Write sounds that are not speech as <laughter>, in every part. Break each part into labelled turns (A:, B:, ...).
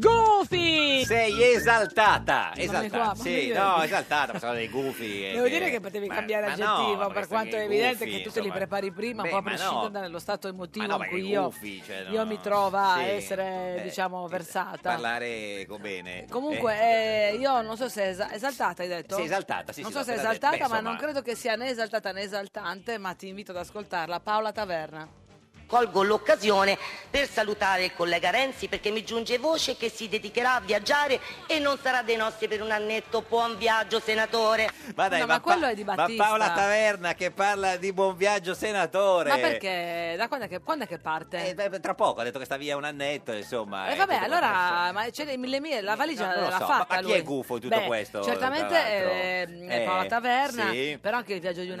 A: Goofy!
B: Sei esaltata,
A: Mamma mia, qua,
B: esaltata,
A: mamma
B: sì,
A: mia.
B: no, esaltata, sono dei gufi. eh,
A: Devo dire
B: eh,
A: che potevi
B: ma-
A: cambiare
B: ma no,
A: aggettivo, per
B: questi
A: quanto è
B: che
A: evidente
B: gufi,
A: che tu te li
B: insomma.
A: prepari prima,
B: Beh,
A: un po' a
B: ma
A: prescindere
B: no.
A: dallo stato emotivo
B: Ma no,
A: in
B: ma
A: cui
B: che
A: io,
B: gufi, cioè, no,
A: io mi trovo a
B: sì,
A: essere,
B: eh,
A: diciamo, versata.
B: Parlare co- bene.
A: Comunque,
B: Eh,
A: eh, io non so se è esa- esaltata, hai detto?
B: Sì, esaltata, sì,
A: Non
B: sì,
A: so se è
B: l'ho appena
A: esaltata,
B: detto. Beh,
A: ma
B: insomma-
A: non credo che sia né esaltata né esaltante, ma ti invito ad ascoltarla. Paola Taverna.
C: Colgo l'occasione per salutare il collega Renzi perché mi giunge voce che si dedicherà a viaggiare e non sarà dei nostri per un annetto. Buon viaggio, senatore.
B: Ma dai,
A: eh, No,
B: ma,
A: ma quello
B: Pa-
A: è di
B: ma
A: Battista.
B: Paola Taverna che parla di buon viaggio senatore.
A: Ma perché? Da quando è che, quando è che parte?
B: Eh, beh, tra poco ha detto che sta via un annetto, insomma.
A: E
B: eh,
A: vabbè,
B: tutto quanto
A: allora ma c'è le- le mie- la valigia
B: No, non lo
A: l'ha
B: so, ma-
A: fatta.
B: ma chi
A: lui.
B: è gufo in tutto
A: Beh,
B: questo,
A: Certamente
B: tra l'altro?
A: ehm, è
B: Eh,
A: Paola Taverna,
B: sì.
A: però anche il viaggio di un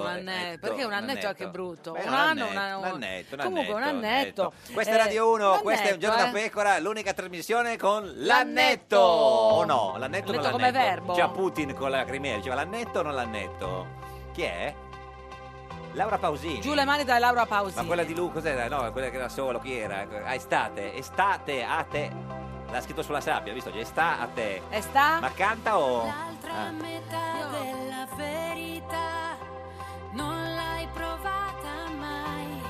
B: annetto,
A: un anne-
B: annetto,
A: perché un
B: un
A: annetto è
B: annetto.
A: che brutto.
B: Beh,
A: un
B: un
A: anno, un
B: annetto,
A: anno.
B: un annetto, un
A: Comunque un
B: annetto, un
A: annetto. Eh,
B: Questa è Radio 1, questo è un giorno
A: da
B: da pecora, l'unica trasmissione con
A: L'annetto!
B: l'annetto. O no, l'annetto o non
A: L'annetto
B: l'annetto.
A: come verbo?
B: Già Putin con la Crimea diceva l'annetto o non l'annetto. Chi è? Laura Pausini.
A: Giù le mani da Laura Pausini.
B: Ma quella di lui cos'era? No, quella che era solo, chi era? Ah, estate, estate a te. L'ha scritto sulla sabbia, visto? Cioè, Sta a te.
A: E sta?
B: Ma canta o
D: L'altra
B: Ah.
D: metà della verità non l'hai provata mai,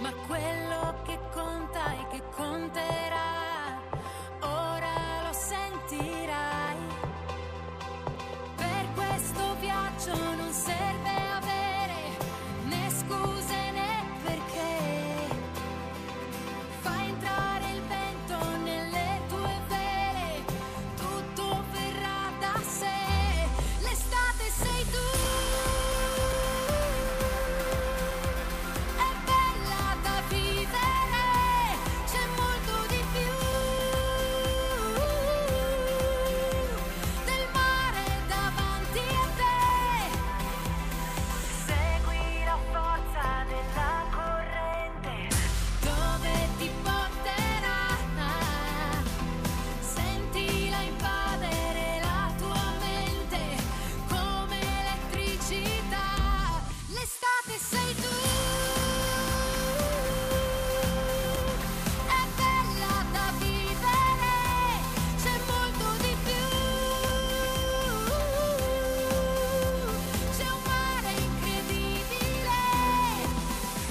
D: ma quello che conta e che conterà, ora lo sentirai. Per questo viaggio non serve avere né scuse né perché. Fa entrare il vento nelle tue vele, tutto verrà da sé. L'estate sei tu. È bella da vivere, c'è molto di più del mare davanti a te. Segui la forza della corrente dove ti porterà. Sentila invadere la tua mente come elettricità. L'estate sei tu. È bella da vivere, c'è molto di più. C'è un mare incredibile.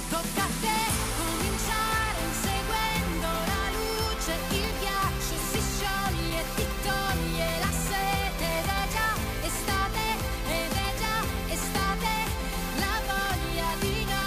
D: Tocca a te cominciare inseguendo la luce, il ghiaccio si scioglie, ti toglie la sete ed è già estate, ed è già estate, la voglia di noi.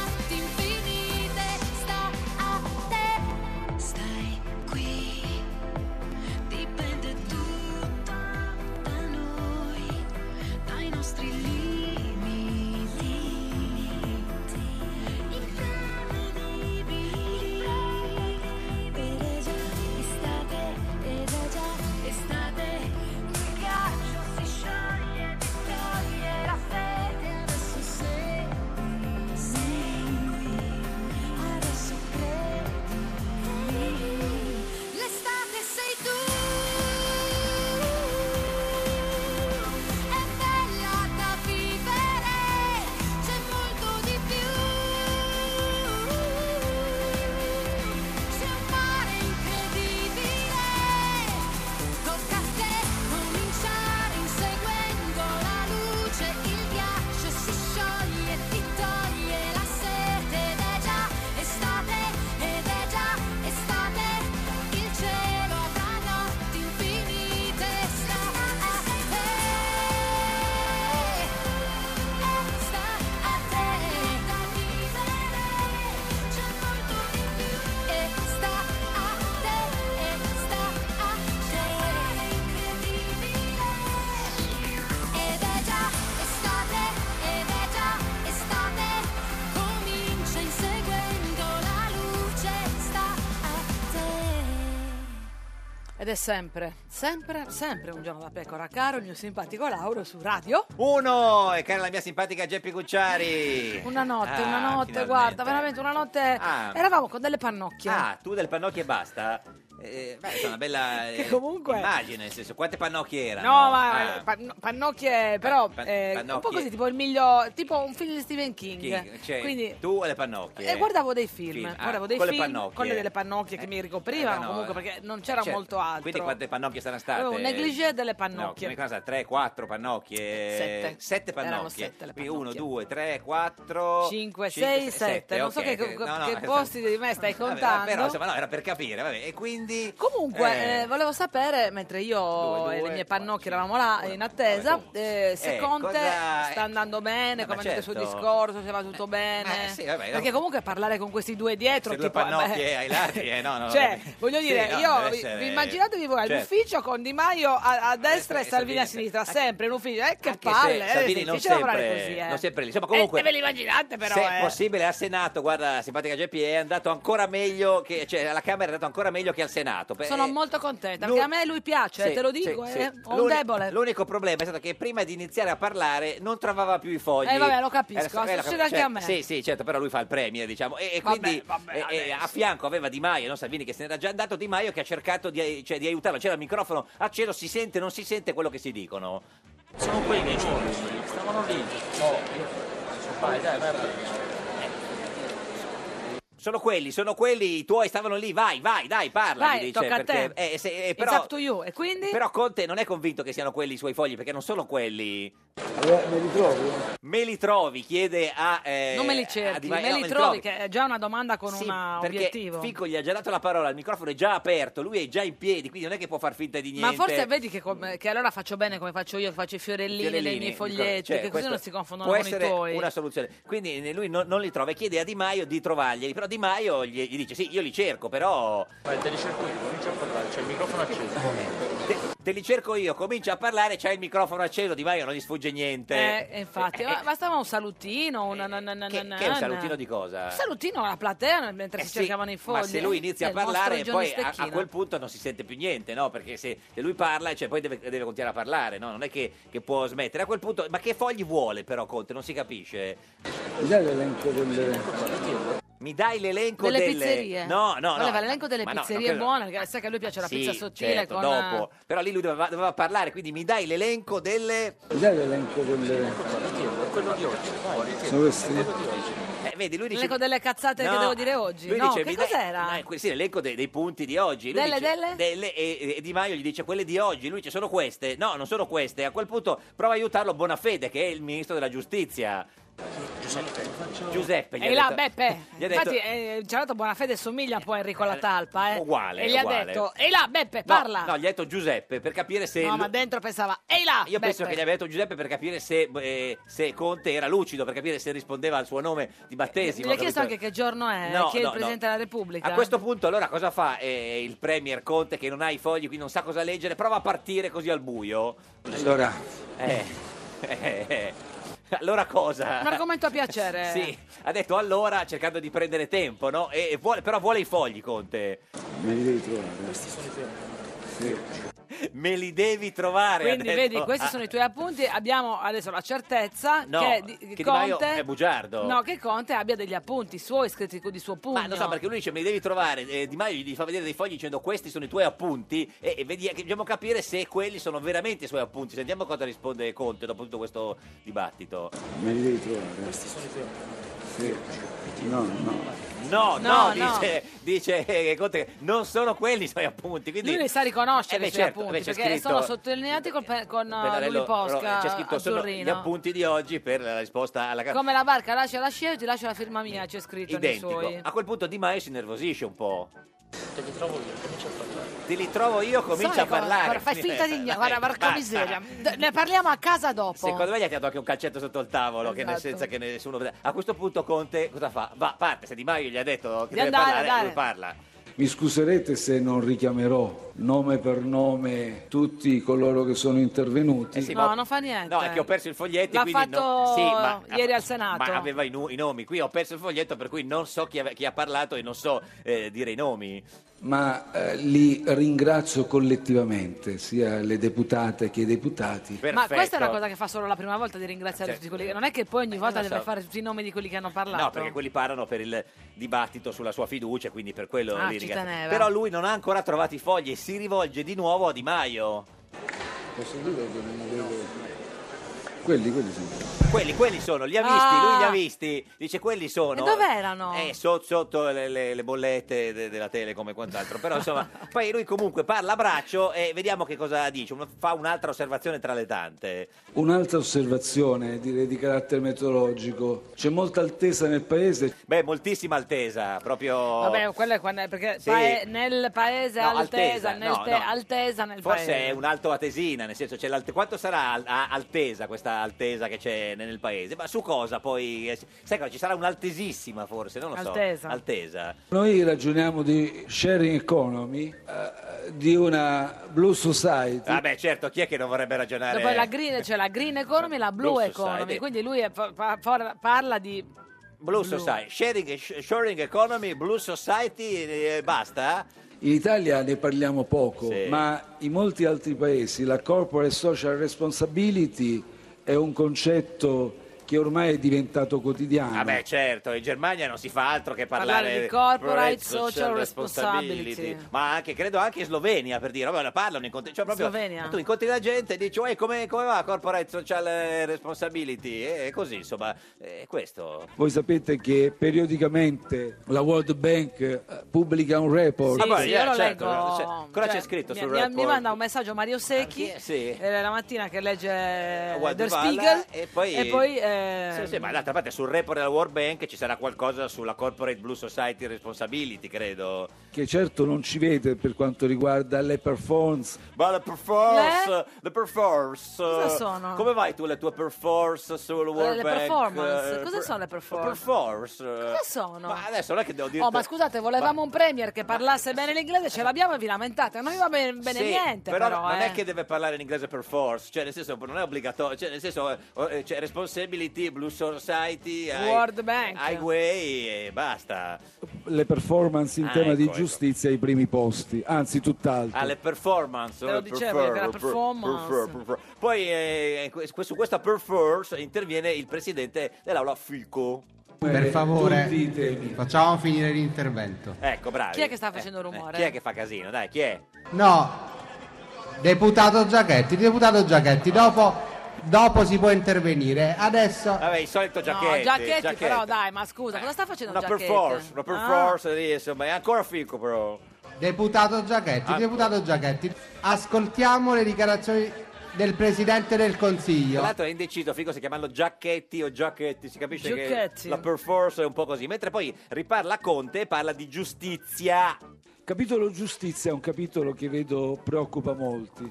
D: Eh,
A: Ed è sempre, sempre, sempre un giorno da pecora, caro il mio simpatico Lauro su radio.
B: Uno, e Oh, cara la mia simpatica Geppi Cucciari.
A: Una notte,
B: Ah,
A: una notte,
B: finalmente.
A: guarda, veramente una notte.
B: Ah.
A: Eravamo con delle pannocchie.
B: Ah, tu delle pannocchie e basta? Eh, beh, è una
A: <laughs>
B: bella
A: Che
B: eh,
A: comunque-
B: immagine, nel senso, quante pannocchie erano?
A: No, ma
B: Ah,
A: eh, panno- pannocchie, però
B: pan-
A: eh, un po'
B: pannocchie.
A: così, tipo il miglio, tipo un film di Stephen King.
B: chi- cioè,
A: Quindi
B: tu e le pannocchie.
A: eh, guardavo dei film,
B: Film, ah,
A: guardavo dei
B: con le
A: film
B: pannocchie.
A: con le delle pannocchie che mi ricoprivano,
B: Eh, no,
A: comunque perché non c'era
B: Certo.
A: molto altro.
B: Quindi quante pannocchie saranno state?
A: Avevo un negligé delle pannocchie.
B: No, come cosa? Tre, quattro pannocchie?
A: Sette.
B: Sette
A: Erano
B: pannocchie.
A: sette le
B: Quindi
A: pannocchie.
B: uno, due, tre, quattro... cinque,
A: 5, 6, 7, non so
B: ok,
A: che,
B: ok.
A: che-
B: No, no,
A: che
B: adesso-
A: posti di me stai
B: <laughs> Vabbè,
A: contando.
B: però, insomma, no, era per capire, vabbè. E quindi...
A: Comunque,
B: eh,
A: eh, volevo sapere, mentre io
B: Due,
A: e
B: due,
A: le mie pannocchie eravamo là in attesa, eh,
B: Eh,
A: se Conte
B: cosa-
A: sta andando bene,
B: Eh, ma
A: come ha detto il suo
B: certo.
A: discorso, se va tutto bene.
B: eh, sì, vabbè,
A: Perché
B: no.
A: comunque parlare con questi due dietro...
B: Se due
A: tipo, eh,
B: pannocchie
A: beh,
B: ai
A: <laughs>
B: lati, eh, no, no,
A: Cioè,
B: vabbè.
A: voglio
B: Sì,
A: dire,
B: no,
A: io
B: deve
A: vi-
B: essere-
A: vi immaginatevi voi
B: certo.
A: all'ufficio con Di Maio a, a destra e
B: e
A: Salvini a
B: Salvini.
A: sinistra, sempre in ufficio. Eh, che
B: Anche se
A: palle, eh,
B: Salvini
A: è
B: non
A: difficile lavorare
B: sempre-
A: così, eh.
B: non sempre lì. Insomma, comunque-
A: Eh, ve li immaginate però,
B: se
A: eh.
B: possibile al Senato, guarda, la simpatica Geppi è andato ancora meglio, che, cioè alla Camera è andato ancora meglio che al Senato. Beh,
A: Sono
B: eh,
A: molto contenta,
B: lui-
A: perché a me lui piace,
B: sì,
A: te lo
B: sì,
A: dico,
B: sì.
A: eh. ho un
B: L'uni-
A: debole.
B: L'unico problema è stato che prima di iniziare a parlare non trovava più i fogli.
A: Eh, vabbè, lo capisco,
B: Era- era-
A: succede
B: cioè,
A: anche a me.
B: Sì, sì, certo, però lui fa il premier, diciamo. E, e
A: Vabbè,
B: quindi
A: vabbè,
B: eh, eh,
A: adesso.
B: a fianco aveva Di Maio, non Salvini, che se n'era già andato, Di Maio che ha cercato di, cioè, di aiutarlo. C'era il microfono acceso, si sente, non si sente quello che si dicono.
E: Sono quelli che stavano lì. Vai, dai, vai,
B: Sono quelli, sono quelli, i tuoi stavano lì, vai, vai, dai, parla.
A: Vai,
B: mi dice,
A: tocca a
B: perché,
A: te. Esatto,
B: eh, se- eh,
A: It's
B: però,
A: up to you. E quindi?
B: però Conte non è convinto che siano quelli i suoi fogli, perché non sono quelli.
E: mi ritrovo.
B: Me li trovi, chiede a... eh,
A: non me li
B: a Di
A: cerchi,
B: Maio-
A: me
B: no,
A: li trovi, che è già una domanda con
B: Sì,
A: un
B: perché
A: obiettivo.
B: Fico gli ha già dato la parola, il microfono è già aperto, lui è già in piedi, quindi non è che può far finta di niente.
A: Ma forse vedi che, come- che allora faccio bene come faccio io, faccio i fiorellini dei miei foglietti,
B: Cioè,
A: che così
B: questo
A: non si confondono
B: può
A: con i
B: essere
A: tuoi.
B: una soluzione. Quindi eh, lui non, non li trova e chiede a Di Maio di trovarglieli, però Di Maio gli, gli dice sì, io li cerco, però
E: Vai, te li cerco io, comincia a parlare, c'è il microfono acceso.
B: te, te li cerco io, comincia a parlare, c'hai il microfono acceso, Di Maio non gli sfugge niente.
A: Eh, eh, infatti,
B: Eh,
A: ma
B: eh,
A: bastava un salutino, un na- na- na-
B: che,
A: na-
B: che è un
A: na-
B: salutino di cosa?
A: Un salutino alla platea mentre
B: Eh
A: si
B: sì,
A: cercavano i fogli.
B: Ma se lui inizia a
A: Eh, il mostro
B: parlare,
A: di Johnny
B: poi a, a
A: Stecchino.
B: quel punto non si sente più niente, no? Perché se, se lui parla, cioè, poi deve, deve continuare a parlare, no? Non è che, che può smettere. A quel punto, ma che fogli vuole però Conte? Non si capisce.
E: Dai l'elenco delle...
B: Mi dai l'elenco
A: delle,
B: delle,
A: pizzerie.
B: No, no,
A: Voleva
B: no.
A: l'elenco delle
B: Ma no, non
A: pizzerie
B: credo-
A: buone, perché sai che a lui piace la
B: Sì,
A: pizza sottile
B: certo,
A: con
B: dopo. Però lì lui doveva, doveva parlare, quindi mi dai l'elenco delle...
E: Dai l'elenco delle... Quello di oggi. Sono questi?
B: Eh, vedi, lui dice...
A: L'elenco delle cazzate che
B: No,
A: devo dire oggi.
B: Lui
A: no,
B: dice,
A: che
B: mi dai-
A: cos'era?
B: no, que- sì, l'elenco dei, dei punti di oggi. Lui
A: Delle,
B: dice-
A: delle?
B: e, e Di Maio gli dice quelle di oggi. Lui dice sono queste. No, non sono queste. A quel punto prova a aiutarlo Bonafede, che è il ministro della giustizia. Giuseppe. gli ha
A: E là,
B: detto-
A: Beppe,
B: <laughs> gli ha detto-
A: infatti eh, Gianotto Bonafede somiglia un po' a Enrico La Talpa, eh.
B: Uguale,
A: E gli ha
B: uguale.
A: detto, e là, Beppe,
B: No,
A: parla.
B: No, gli ha detto Giuseppe per capire se...
A: No,
B: lu-
A: ma dentro pensava, e là,
B: Io penso
A: Beppe.
B: che gli abbia detto Giuseppe per capire se, eh, se Conte era lucido, per capire se rispondeva al suo nome di battesimo.
A: Gli ha chiesto
B: capito?
A: anche che giorno è,
B: No,
A: chi è
B: no,
A: il Presidente
B: no.
A: della Repubblica.
B: A questo punto allora cosa fa eh, il Premier Conte che non ha i fogli, quindi non sa cosa leggere, prova a partire così al buio?
E: Allora,
B: Eh, eh, eh. Allora cosa?
A: Un argomento a piacere.
B: <laughs> Sì, ha detto allora cercando di prendere tempo, no? E, e vuole- però vuole i fogli Conte.
E: me li devi trovare. Questi sono i
B: Me li devi trovare. ha
A: Quindi
B: detto.
A: vedi, questi
B: Ah,
A: sono
B: <laughs>
A: i tuoi appunti. Abbiamo adesso la certezza
B: No,
A: che,
B: che Di Maio è bugiardo.
A: No, che Conte abbia degli appunti suoi scritti di suo pugno.
B: Ma non Eh, so perché lui dice me li devi trovare, eh, Di Maio gli fa vedere dei fogli dicendo questi sono i tuoi appunti e, e vedi- eh, dobbiamo capire se quelli sono veramente i suoi appunti. Sentiamo cosa risponde Conte dopo tutto questo dibattito.
E: Me li devi trovare. Questi sono i Sì. No, no.
B: No, no,
A: No, no.
B: dice, dice eh, Conte che non sono quelli i suoi appunti. Quindi...
A: Lui li sa riconoscere
B: Eh,
A: i
B: beh,
A: suoi
B: certo,
A: appunti,
B: beh, c'è
A: perché
B: scritto-
A: sono sottolineati col pe- con eh,
B: Pennarello
A: Lully Posca,
B: ro- c'è scritto sono gli
A: azzurrino.
B: appunti di oggi per la risposta alla carta.
A: Come la barca lascia la scia, io ti lascio la firma mia, c'è scritto nei
B: Identico.
A: suoi.
B: A quel punto Di Maio si nervosisce un po'. Te li trovo io, comincia a
A: Sai cosa?
B: parlare.
A: Guarda, fai finta di niente, guarda, porca
B: Basta.
A: miseria. D- Ne parliamo a casa dopo.
B: Secondo me gli ha dato anche un calcetto sotto il tavolo, che nel
A: Esatto.
B: senso che nessuno vede. A questo punto Conte cosa fa? Va, parte, se Di Maio gli ha detto che
A: Di
B: deve
A: andare,
B: parlare,
A: andare.
B: lui parla.
F: Mi scuserete se non richiamerò nome per nome tutti coloro che sono intervenuti.
B: Eh sì,
A: No,
B: ma-
A: non fa niente.
B: No, è che ho perso il foglietto.
A: Eh. L'ha
B: quindi
A: fatto
B: no- Sì, ma-
A: ieri al Senato.
B: Ma aveva i, nu- i nomi. Qui ho perso il foglietto, per cui non so chi, ave- chi ha parlato e non so eh, dire i nomi.
F: ma eh, li ringrazio collettivamente, sia le deputate che i deputati.
A: Ma questa è una cosa che fa solo la prima volta di ringraziare
B: Cioè,
A: tutti quelli che... Non è che poi ogni volta
B: lo
A: deve
B: so.
A: fare tutti i nomi di quelli che hanno parlato.
B: No, perché quelli parlano per il dibattito sulla sua fiducia, quindi per quello
A: Ah,
B: li
A: ci
B: ringrazio.
A: teneva.
B: Però lui non ha ancora trovato i fogli e si rivolge di nuovo a Di Maio.
F: Posso dire che non avevo... Quelli, quelli sono.
B: Quelli, quelli sono, li ha visti,
A: Ah.
B: lui li ha visti. Dice quelli
A: E
B: sono.
A: dov'erano?
B: Eh, so- sotto le, le- le bollette de- della Telecom e quant'altro. Però
A: <laughs>
B: insomma, poi lui comunque parla a braccio e vediamo che cosa dice. Un- Fa un'altra osservazione tra le tante.
F: Un'altra osservazione, direi di carattere meteorologico. C'è molta altesa nel paese.
B: Beh, moltissima altesa, proprio.
A: Vabbè, quello è quando... Perché
B: Sì.
A: pae- nel paese
B: No,
A: altesa,
B: Altesa,
A: nel
B: no,
A: te-
B: no.
A: altesa nel
B: Forse
A: paese.
B: è un'altoatesina, nel senso, c'è l'alte- quanto sarà al- a- altesa questa altesa che c'è nel, nel paese? Ma su cosa poi? eh, Sai cosa? Ci sarà un'altesissima forse, non lo so.
A: Altesa.
B: Altesa.
F: Noi ragioniamo di sharing economy, eh, di una blue society.
B: Vabbè, certo, chi è che non vorrebbe ragionare?
A: Dopo la green, c'è la green economy e la blue,
B: Blue
A: economy.
B: society.
A: Quindi lui è- fa- fa- fa- parla di...
B: Blue Society, sharing, sh- sharing economy, Blue Society e basta? eh?
F: In Italia ne parliamo poco,
B: Sì.
F: ma in molti altri paesi la corporate social responsibility è un concetto che ormai è diventato quotidiano.
B: Vabbè, certo, in Germania non si fa altro che parlare,
A: Parlare di corporate
B: social
A: social responsibility.
B: ma anche, credo anche in Slovenia per dire, vabbè, parlano incontri, cioè proprio
A: Slovenia?
B: tu incontri la gente e dici "Uè, come, come va corporate social eh, responsibility?" E così, insomma, è questo.
F: Voi sapete che periodicamente la World Bank eh, pubblica un report.
A: Sì,
B: Ah, guarda,
A: sì,
B: eh,
A: io lo
B: certo,
A: leggo.
B: cioè, cosa c'è scritto
A: mi,
B: sul
A: mi- Mi
B: report?
A: manda un messaggio Mario Secchi
B: Ah, sì.
A: eh, la mattina che legge eh,
B: Guarda,
A: Der
B: Dybala,
A: Spiegel
B: e poi,
A: eh,
B: Sì, sì, ma d'altra parte sul report della World Bank ci sarà qualcosa sulla corporate blue society responsibility, credo.
F: che certo non ci vede per quanto riguarda le performance.
B: Ma le performance, le, performance.
A: Eh? Cosa sono? Eh,
B: Come vai tu le tue performance sul World
A: le
B: Bank?
A: performance?
B: Eh,
A: Cosa sono le performance?
B: performance. Cosa
A: sono?
B: Ma adesso non è che devo dire
A: Oh, ma scusate, volevamo un premier che parlasse bene l'inglese, ce l'abbiamo e vi lamentate. Non mi va ben- bene niente, però,
B: non
A: eh.
B: è che deve parlare in inglese per force, cioè nel senso non è obbligatorio, cioè nel senso eh, eh, c'è responsibility, blue society, hai-
A: World Bank.
B: highway e basta.
F: Le performance in
B: Ah,
F: tema di
B: ecco, ecco.
F: giustizia ai primi posti, anzi tutt'altro.
B: alle Ah, performance
A: Te lo
B: eh,
A: dicevo,
B: prefer-
A: che era
B: prefer-
A: performance.
B: prefer- prefer. poi eh, que- su questa performance interviene il presidente dell'aula Fico
G: Per favore,
F: tutti i temi.
G: facciamo finire l'intervento.
B: ecco bravi
A: Chi è che sta facendo
B: Eh, eh,
A: rumore?
B: chi è che fa casino dai chi è
G: No, deputato Giachetti, deputato Giachetti, dopo, dopo si può intervenire. Adesso
B: vabbè il solito giacchetti
A: no, Giacchetti,
B: Giacchetti.
A: però dai, ma scusa, cosa sta facendo
B: una
A: Giacchetti? Ah.
B: performance una performance lì, insomma è ancora Fico però
G: Deputato Giachetti,
B: Ah.
G: deputato Giachetti, ascoltiamo le dichiarazioni del Presidente del
B: tra
G: Consiglio.
B: l'altro è indeciso Fico se chiamarlo Giacchetti o Giacchetti si capisce
A: Giacchetti.
B: che la performance è un po' così mentre poi riparla Conte e parla di giustizia
F: Capitolo giustizia è un capitolo che vedo preoccupa molti.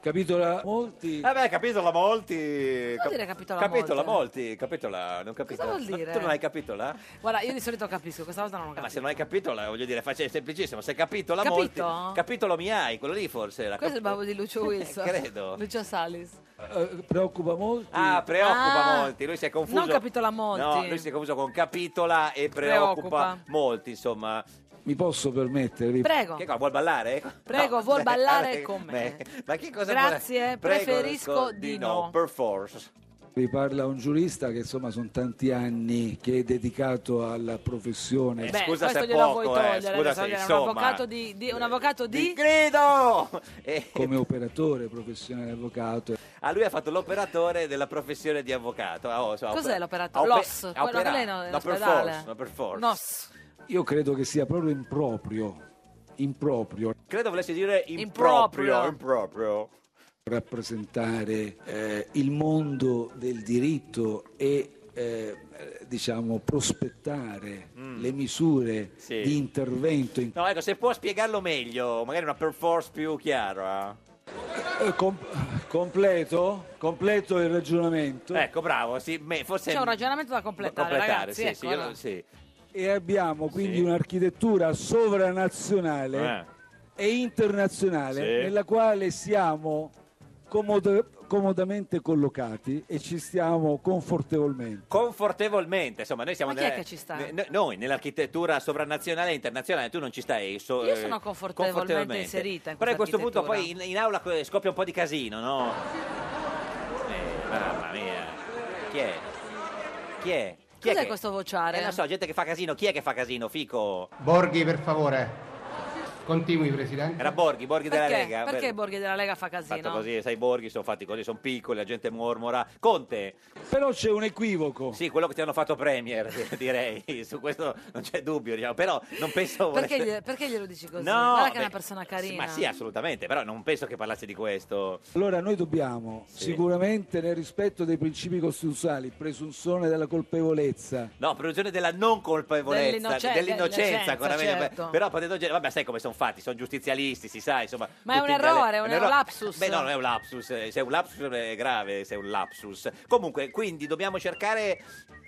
F: Capitola molti.
B: Vabbè, Eh capitola molti.
A: Vuol dire capitola
B: capitola
A: molti?
B: molti, capitola, non capito.
A: Cosa vuol
B: Ma
A: dire?
B: tu non hai capito là?
A: Ah. Guarda, io di solito capisco, questa volta non lo
B: Eh, Ma
A: capisco.
B: se non hai capito, la- voglio dire, facile, semplicissimo. Se capitola
A: Capito?
B: molti, capitolo mi hai, quello lì forse. era.
A: Questo è il babbo di Lucio Wilson.
B: Eh, credo.
A: Lucio Salis.
F: eh, preoccupa molti.
B: Ah, preoccupa
A: Ah,
B: molti, lui si è confuso.
A: non capitola molti.
B: No, lui si è confuso con capitola e preoccupa,
A: Preoccupa.
B: molti, insomma.
F: Mi posso permettervi?
A: Prego.
B: Che cosa, vuol ballare? <laughs>
A: Prego,
B: No,
A: vuol
B: eh,
A: ballare
B: eh,
A: con me.
B: Ma che cosa vuole-
A: Grazie,
B: Prego,
A: preferisco di no.
B: Per force.
F: Vi parla un giurista che insomma sono tanti anni che è dedicato alla professione.
B: Eh,
A: Beh,
B: scusa se
A: questo
B: è
A: glielo vuoi
B: poco, eh,
A: togliere,
B: scusa
A: adesso
B: se,
A: voglio dire, un
B: insomma. Eh,
A: avvocato di, di- un avvocato di...
B: credo! Eh, E-
F: come operatore professionale avvocato.
B: Ah, lui ha fatto l'operatore della professione di avvocato. Ah, oh, insomma,
A: Cos'è
B: opera-
A: l'operatore?
B: ha ope-
A: L'os?
B: ha
A: Quello che
B: operato.
A: lei no,
B: No, per
A: nell'ospedale.
B: force, no, per force.
A: Nos.
F: Io credo che sia proprio improprio, improprio
B: Credo volesse dire
A: Improprio.
B: improprio. improprio.
F: rappresentare eh, il mondo del diritto e eh, diciamo prospettare le misure
B: Mm. Sì.
F: di intervento in-
B: No, ecco, se può spiegarlo meglio, magari una per force più chiara.
F: Eh, com- completo completo il ragionamento
B: Ecco, bravo, sì, me- forse...
A: C'è un ragionamento da completare,
B: completare,
A: ragazzi.
B: sì,
A: ecco,
B: sì, io-
A: allora.
B: sì.
F: e abbiamo quindi un'architettura sovranazionale
B: Eh.
F: e internazionale
H: Sì.
F: nella quale siamo comoda- comodamente collocati e ci stiamo confortevolmente.
B: Confortevolmente, insomma, noi siamo
F: Ma chi è
B: nella-
F: che ci sta?
B: ne- no- noi nell'architettura sovranazionale e internazionale, tu non ci stai. so-
A: Io
B: eh,
A: sono confortevolmente inserita in
B: Però a
A: questa
B: questo punto poi in,
A: architettura.
B: in aula eh, scoppia un po' di casino, no? Eh, mamma mia. Chi è? Chi è? Chi
A: Cos'è
B: che-
A: questo vociare?
B: Eh, non so, gente che fa casino, chi è che fa casino? Fico?
G: Borghi, per favore. Continui, Presidente.
B: Era Borghi, Borghi della
A: Perché?
B: Lega.
A: Perché
B: Beh,
A: i Borghi della Lega fa
B: fatto
A: casino?
B: così, sai, i borghi sono fatti così, sono piccoli, la gente mormora. Conte,
F: Però c'è un equivoco.
B: sì, quello che ti hanno fatto Premier, <laughs> direi, su questo non c'è dubbio, diciamo. però non penso...
A: Perché,
B: volesse-
A: gli- perché glielo dici così?
B: No,
A: Guarda che è
B: beh,
A: una persona carina.
B: Ma sì, assolutamente, però non penso che parlassi di questo.
F: Allora noi dobbiamo sicuramente nel rispetto dei principi costituzionali, presunzione della colpevolezza,
B: No, produzione della non colpevolezza,
A: Dell'innocenza,
B: dell'innocenza, ancora meglio.
A: certo.
B: Però potete dire, vabbè, sai come sono fatti, sono giustizialisti, si sa, insomma.
A: Ma è
B: tutti
A: un
B: in gale-
A: errore, è un
B: erro-
A: lapsus.
B: Beh, no, non è un lapsus, eh, se è un lapsus è grave, se è un lapsus. Comunque, quindi dobbiamo cercare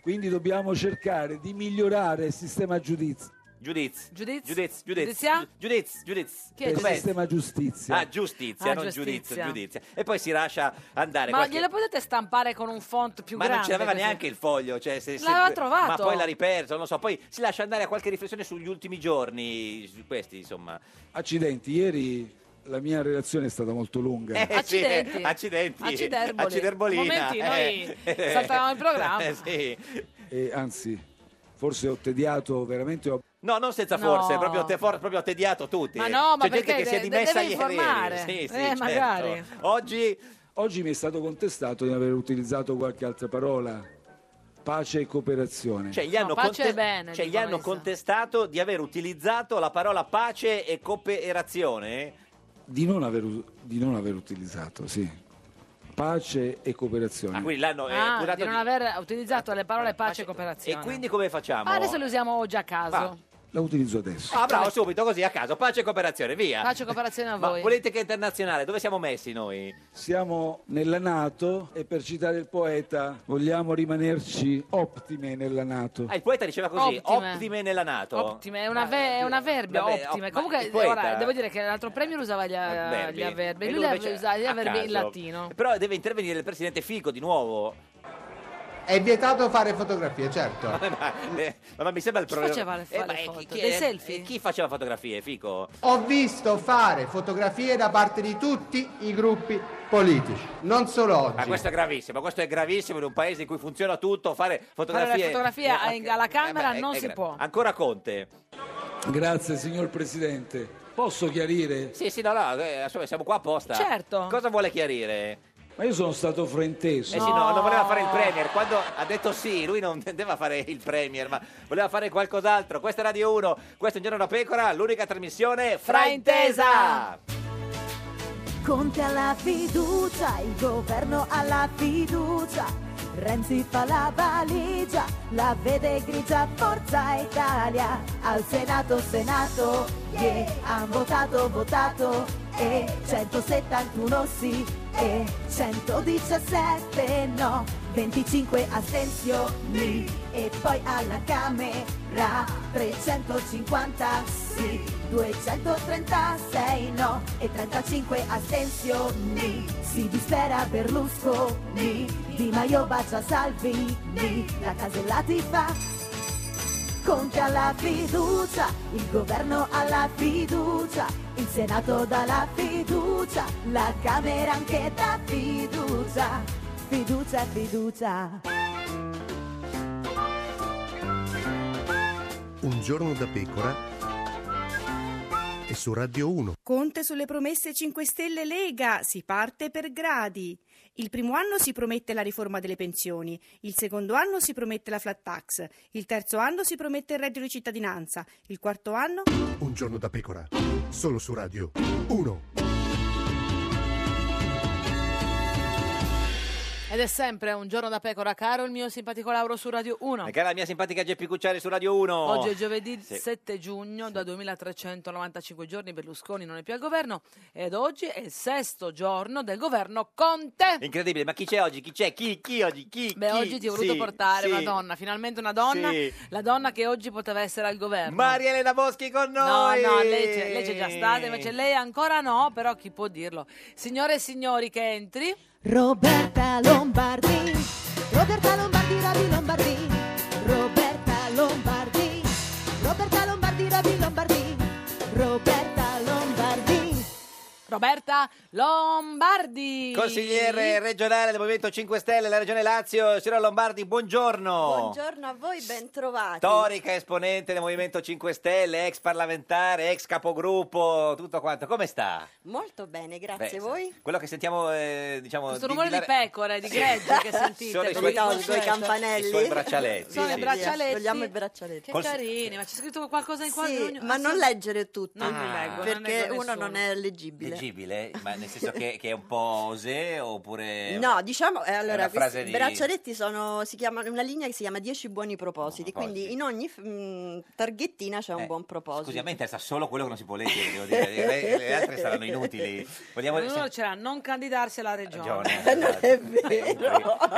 F: quindi dobbiamo cercare di migliorare il sistema giudizio,
B: giudiz.
A: Giudiz?
B: Giudiz,
A: Giudizia?
B: giudiz, giudiz, giudiz.
F: il
B: Com'è?
F: sistema giustizia.
B: Ah, giustizia,
A: Ah,
B: non
A: giustizia.
B: giudizio, giudizia. E poi si lascia andare.
A: Ma
B: qualche-
A: glielo potete stampare con un font più
B: ma
A: grande?
B: non ce l'aveva
A: così?
B: neanche il foglio, cioè se, se-
A: L'aveva trovato.
B: ma poi l'ha riperso, non lo so. Poi si lascia andare a qualche riflessione sugli ultimi giorni, su questi, insomma.
F: Accidenti, ieri la mia relazione è stata molto lunga.
B: <laughs> Eh,
A: Accidenti.
B: sì, eh, accidenti. Eh.
A: Acciderboli.
B: Acciderbolina.
A: Momenti, noi saltavamo il programma.
B: Eh, sì.
F: E anzi, forse ho tediato veramente... ho-
B: <laughs> No, non senza
A: No.
B: forse, proprio, te, for- proprio tediato tutti.
A: Ma no, ma
B: C'è gente
A: perché
B: che si è
A: de-
B: dimessa
A: deve
B: ieri.
A: informare.
B: Sì, sì,
A: Eh,
B: certo.
A: magari.
B: Oggi
F: Oggi mi è stato contestato di aver utilizzato qualche altra parola, pace e cooperazione.
B: cioè, gli
A: No,
B: hanno,
A: pace è bene,
B: cioè, gli
A: dicono
B: hanno
A: di sa.
B: contestato di aver utilizzato la parola pace e cooperazione.
F: Di, non aver, us- di non aver utilizzato, sì. Pace e cooperazione.
B: Ah, quindi l'hanno eh,
A: Ah,
B: accusato
A: di non
B: di- Eh,
A: aver utilizzato le parole pace e
B: E
A: cooperazione.
B: quindi come facciamo?
A: Ah, adesso le usiamo oggi a
B: Va.
A: caso.
F: La utilizzo adesso.
B: Ah, bravo, subito, così a caso. Pace e cooperazione, via.
A: Pace e cooperazione a
B: Ma
A: voi.
B: volete che internazionale? Dove siamo messi noi?
F: Siamo nella Nato e per citare il poeta vogliamo rimanerci ottime nella Nato.
B: Ah, il poeta diceva così:
A: Ottime.
B: ottime, nella Nato.
A: Ottime, è una, ve- è una verbia,
B: Vabbè,
A: ottime.
B: oh, eh, ma
A: Comunque,
B: il poeta-
A: ora, devo dire che l'altro premio lo usava eh, gli,
B: Avverbi.
A: gli avverbi.
B: E
A: Lui, lui
B: invece
A: usava gli
B: a
A: avverbi in
B: caso.
A: latino.
B: Però deve intervenire il presidente Fico di nuovo.
G: È vietato fare fotografie, certo.
B: <laughs> ma, eh, ma mi sembra il
A: Chi
B: problema.
A: faceva le- fa-
B: ma
A: le
B: eh,
A: foto?
B: chi- chi-
A: Dei
B: eh,
A: selfie?
B: eh, Chi faceva fotografie, Fico?
G: Ho visto fare fotografie da parte di tutti i gruppi politici, non solo
B: Ma
G: oggi.
B: Ah, questo è gravissimo, questo è gravissimo in un paese in cui funziona tutto, fare fotografie. eh,
A: Fare la fotografia in- alla camera
B: ma
A: non si
B: gra-
A: può.
B: Ancora Conte.
F: Grazie signor Presidente. Posso chiarire?
B: Sì, sì, no, no, eh, insomma, siamo qua apposta.
A: Certo.
B: Cosa vuole chiarire?
F: Ma io sono stato frainteso.
B: Eh sì, no, non voleva fare il premier. Quando ha detto sì, lui non <laughs> intendeva fare il premier, ma voleva fare qualcos'altro. Questa è Radio 1, questo è Un Giorno da Pecora, l'unica trasmissione fraintesa.
I: Conte alla fiducia, il governo alla fiducia. Renzi fa la valigia, la vede grigia Forza Italia. Al Senato, Senato, yeah, han votato, votato, e 171 sì, e 117 no, 25 astensioni, e poi alla Camera 350 sì, 236 no e 35 astensioni. Si dispera Berlusconi, Di Maio bacia Salvini, la Casellati fa Conte alla fiducia, il governo alla fiducia, il Senato dà la fiducia, la Camera anche dà fiducia, fiducia, fiducia.
J: Un giorno da pecora e su Radio 1.
K: Conte sulle promesse 5 Stelle Lega, si parte per gradi. Il primo anno si promette la riforma delle pensioni, il secondo anno si promette la flat tax, il terzo anno si promette il reddito di cittadinanza, il quarto anno...
J: Un giorno da pecora, solo su Radio 1.
A: Ed è sempre un giorno da pecora, caro il mio simpatico Lauro su Radio 1.
B: E cara la mia simpatica Geppi Cucciari su Radio 1.
A: Oggi è giovedì
B: Sì.
A: 7 giugno, da 2395 giorni Berlusconi non è più al governo ed oggi è il sesto giorno del governo Conte.
B: Incredibile, ma chi c'è oggi? Chi c'è? Chi? Chi oggi? Chi?
A: Beh,
B: Chi?
A: oggi ti ho voluto
B: Sì,
A: portare
B: sì.
A: una donna, finalmente una donna,
B: Sì.
A: la donna che oggi poteva essere al governo.
B: Maria Elena Boschi con noi!
A: No, no, lei c'è, lei c'è già stata, invece lei ancora no, però chi può dirlo? Signore e signori che entri,
I: Roberta Lombardi, Roberta Lombardi, Ravi Lombardi, Roberta Lombardi, Roberta Lombardi, Ravi Lombardi, Roberta Lombardi.
A: Roberta Lombardi.
B: Consigliere regionale del Movimento 5 Stelle della Regione Lazio, signora Lombardi, buongiorno.
H: Buongiorno a voi, bentrovati.
B: Storica esponente del Movimento 5 Stelle, ex parlamentare, ex capogruppo, tutto quanto. Come sta?
H: Molto
B: Beh,
H: bene, grazie
B: sì.
H: a voi.
B: Quello che sentiamo, eh, diciamo...
A: Questo rumore di
B: dare-
A: pecore, di
B: Sì.
A: gregge che
B: <laughs> Sono
A: sentite.
B: i
A: per
B: suoi- i
A: il
B: suoi
A: concerto.
B: campanelli. I suoi braccialetti,
A: Sono
B: sì.
A: i braccialetti.
H: Vogliamo i braccialetti.
A: Che
B: Cons-
A: carini, ma c'è scritto qualcosa in
H: Sì,
A: quadro? Ah,
H: ma non leggere tutto,
A: Non li leggo, non
H: perché
A: leggo
H: uno
A: nessuno.
H: non è leggibile.
B: Leggibile? Ma nel senso che, che è un po' osé oppure...
H: No, diciamo, eh, allora,
B: una frase
H: questi
B: di-
H: braccialetti sono si chiama, una linea che si chiama 10 buoni propositi, quindi in ogni mh, targhettina c'è un
B: Eh,
H: buon proposito.
B: Scusi, a me interessa solo quello che non si può leggere, devo dire. Le,
H: <laughs>
B: le altre saranno inutili. Vogliamo...
A: Uno c'era non candidarsi alla regione.
B: Giovane, E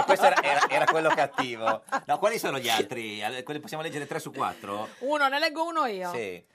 B: questo era, era- era quello cattivo. No, quali sono gli altri? Alle- quelli Possiamo leggere 3 su 4?
A: Uno, ne leggo uno io.
B: Sì.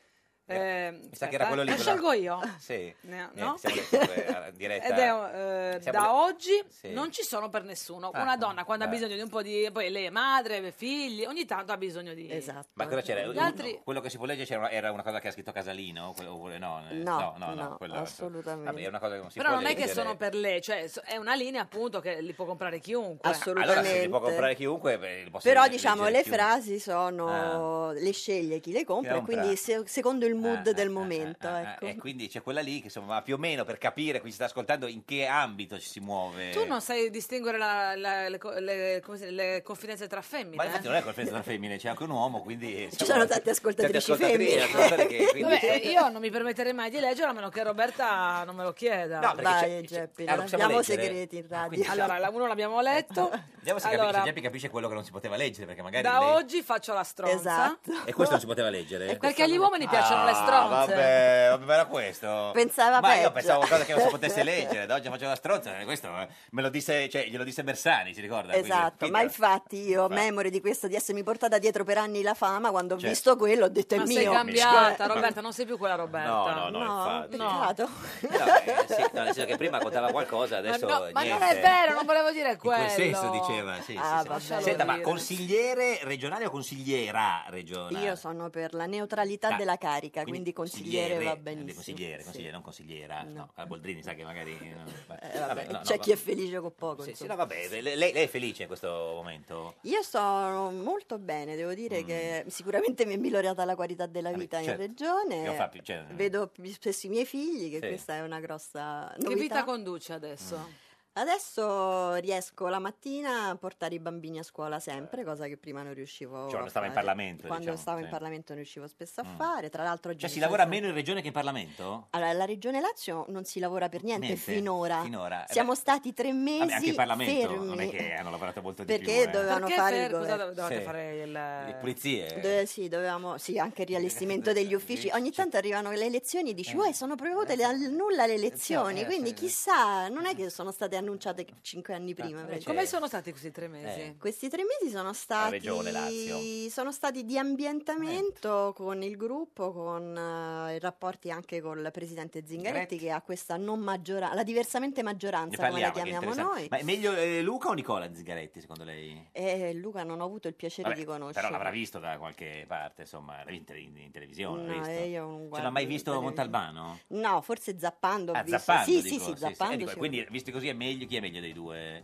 A: Eh,
B: Mi sa che era
A: aspetta,
B: quello lì.
A: Lo
B: quello-
A: scelgo io.
B: <laughs> Sì.
A: No?
B: Niente, siamo adesso, eh,
A: <laughs>
B: alla diretta.
A: Ed è, eh,
B: Siamo
A: da
B: le-
A: oggi
B: Sì.
A: non ci sono per nessuno.
B: Ah,
A: Una donna quando ha
B: beh.
A: bisogno di un po' di... Poi lei è madre, ha figli, ogni tanto ha bisogno di... Esatto.
B: Ma cosa c'era?
A: Gli altri...
B: Quello che si può leggere c'era una- era una cosa che ha scritto Casalino? Que- Oppure no? eh,
A: No,
B: no, no,
A: no,
B: quello-
A: assolutamente.
B: Vabbè, è una cosa che non si
A: Però
B: può
A: non è che
B: leggere.
A: sono per lei, cioè so- è una linea appunto che li può comprare chiunque.
B: Allora se li può comprare chiunque, beh, li posso
H: Però
B: leggere
H: diciamo le
B: chiunque.
H: frasi sono le sceglie chi le compra,
B: Eh. Compra.
H: quindi se- secondo il mood
B: Ah,
H: del momento,
B: Ah,
H: ecco.
B: E quindi c'è quella lì che insomma più o meno per capire chi ci sta ascoltando in che ambito ci si muove.
A: Tu non sai distinguere la- la- le, co- le- come si- le confidenze tra femmine. eh?
B: Ma infatti non è col festa tra femmine, c'è anche un uomo,
H: <laughs>
B: quindi... Ci
H: sono tante ascoltatrici femmine.
B: che,
A: <laughs>
B: quindi-
A: Vabbè, io non mi permetterei mai di leggere a meno che Roberta non me lo chieda.
B: No, perché Vai, c'è-
H: Geppi,
B: Ah, lo
H: non
B: possiamo
H: abbiamo
B: leggere?
H: segreti in
B: Ah, quindi
H: radio.
A: Allora, la uno l'abbiamo letto.
B: Vediamo se
A: Allora,
B: capisce, Geppi capisce quello che non si poteva leggere, perché magari...
A: da
B: lei-
A: oggi faccio la stronza.
B: E questo non si poteva leggere?
A: Perché agli uomini piacciono
B: Ah,
A: le stronze.
B: Vabbè, vabbè, ma era questo.
A: Pensava
B: Ma
A: peggio.
B: io pensavo qualcosa che non
H: <laughs>
B: si potesse leggere. Da oggi faccio la stronza. Questo eh, me lo disse, cioè, glielo disse Bersani, si ricorda? Quindi-
H: Esatto,
B: quindi-
H: ma infatti io,
B: Infatti.
H: memore di questo, di essermi portata dietro per anni la fama, quando ho
B: Certo.
H: visto quello ho detto è
A: Ma
H: mio.
A: sei cambiata,
B: <laughs>
H: Eh,
A: Roberta, non sei più quella Roberta.
B: No, no, no, infatti.
H: peccato.
B: Eh, sì, no, nel senso che prima contava qualcosa, adesso
A: ma, no, ma non
B: niente.
A: è vero, non volevo dire
B: In
A: quello.
B: quel senso diceva, sì,
H: Ah,
B: sì, sì.
H: vabbè.
B: Senta, ma
H: Dire.
B: consigliere regionale o consigliera regionale?
H: Io sono per la neutralità
B: Ah,
H: della carica,
B: quindi eh,
H: quindi consigliere va benissimo.
B: Consigliere, consigliere, non consigliera. No, a Boldrini sa che magari... no, vabbè,
H: Eh, vabbè,
B: no, no,
H: c'è chi
B: va-
H: è felice con poco.
B: Sì, sì,
H: insomma.
B: no, vabbè, lei, lei è felice in questo momento?
H: Io sono molto bene, devo dire che sicuramente mi è migliorata la qualità della vita
B: Mm.
H: in
B: certo. Io fa
H: regione.
B: più- cioè-
H: Vedo più spesso i miei figli, che
B: Sì.
H: questa è una grossa
A: Che
H: novità.
A: vita conduce adesso?
H: Adesso riesco la mattina a portare i bambini a scuola sempre, cosa che prima non riuscivo a
B: Cioè,
H: fare.
B: quando stava in Parlamento,
H: Quando
B: diciamo,
H: stavo
B: sì.
H: in Parlamento non riuscivo spesso a
B: Mm.
H: fare. Tra l'altro oggi
B: Cioè, si
H: mi
B: lavora
H: sono-
B: meno in regione che in Parlamento?
H: Allora, la Regione Lazio non si lavora per niente,
B: Niente,
H: finora.
B: finora. Eh
H: Siamo
B: beh,
H: stati tre mesi
B: Vabbè, anche in Parlamento
H: fermi.
B: non è che hanno lavorato molto di più.
H: Perché
B: eh.
H: dovevano
A: Perché
H: fare il
A: per- cosa
H: governo.
A: dove- dovevate
B: Sì.
A: fare
B: Le
A: il...
B: pulizie. eh,
H: Dove- sì, dovevamo, sì, anche il riallestimento degli uffici. Ogni
B: cioè
H: tanto arrivano le elezioni e
B: Eh.
H: dici, uè, sono prevute dal nulla le elezioni,
A: eh,
H: quindi chissà, non è che sono state annunciate cinque anni
B: Ah,
H: prima. per
A: Come
H: esempio.
A: sono stati questi tre mesi?
H: Eh, Questi tre mesi sono stati,
B: Regione Lazio. Eh.
H: sono stati di ambientamento con il gruppo, con eh, i rapporti anche col presidente Zingaretti che ha questa non maggioranza, la diversamente
B: Ne
H: maggioranza come la
B: parliamo, che è
H: chiamiamo
B: interessante.
H: noi.
B: Ma è meglio eh, Luca o Nicola Zingaretti, secondo lei?
H: E Luca non ho avuto il piacere
B: Vabbè,
H: di conoscere.
B: però l'avrà visto da qualche parte, insomma, in, te- in televisione. l'ha
H: No,
B: visto.
H: eh, io non
B: Ce
H: guardo
B: l'ha mai
H: le
B: visto
H: televisioni.
B: Montalbano?
H: No, forse zappando. ho
B: Ah,
H: visto.
B: Zappando,
H: Sì,
B: dico,
H: sì, sì,
B: Eh,
H: zappando.
B: dico,
H: sì.
B: Quindi, visto così, è meglio chi è meglio dei due?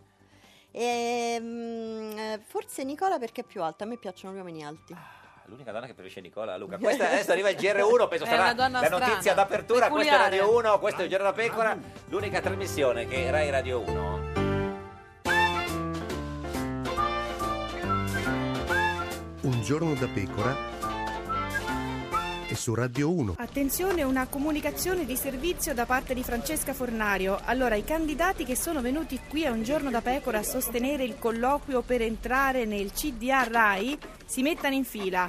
H: Ehm, eh, forse Nicola perché è più alta, a me piacciono gli uomini alti.
B: Ah, L'unica donna che preferisce Nicola Luca. Questa adesso arriva il GR1, penso
H: È
B: sarà
H: una donna
B: la notizia
H: strana,
B: d'apertura. Questo è
H: peculiare.
B: Radio 1, questo è il Giorno da
A: Ah.
B: Pecora, l'unica trasmissione che Rai Radio 1.
J: Un giorno da pecora e su Radio 1.
K: Attenzione, una comunicazione di servizio da parte di Francesca Fornario. Allora, i candidati che sono venuti qui a un giorno da pecora a sostenere il colloquio per entrare nel CDA RAI si mettano in fila.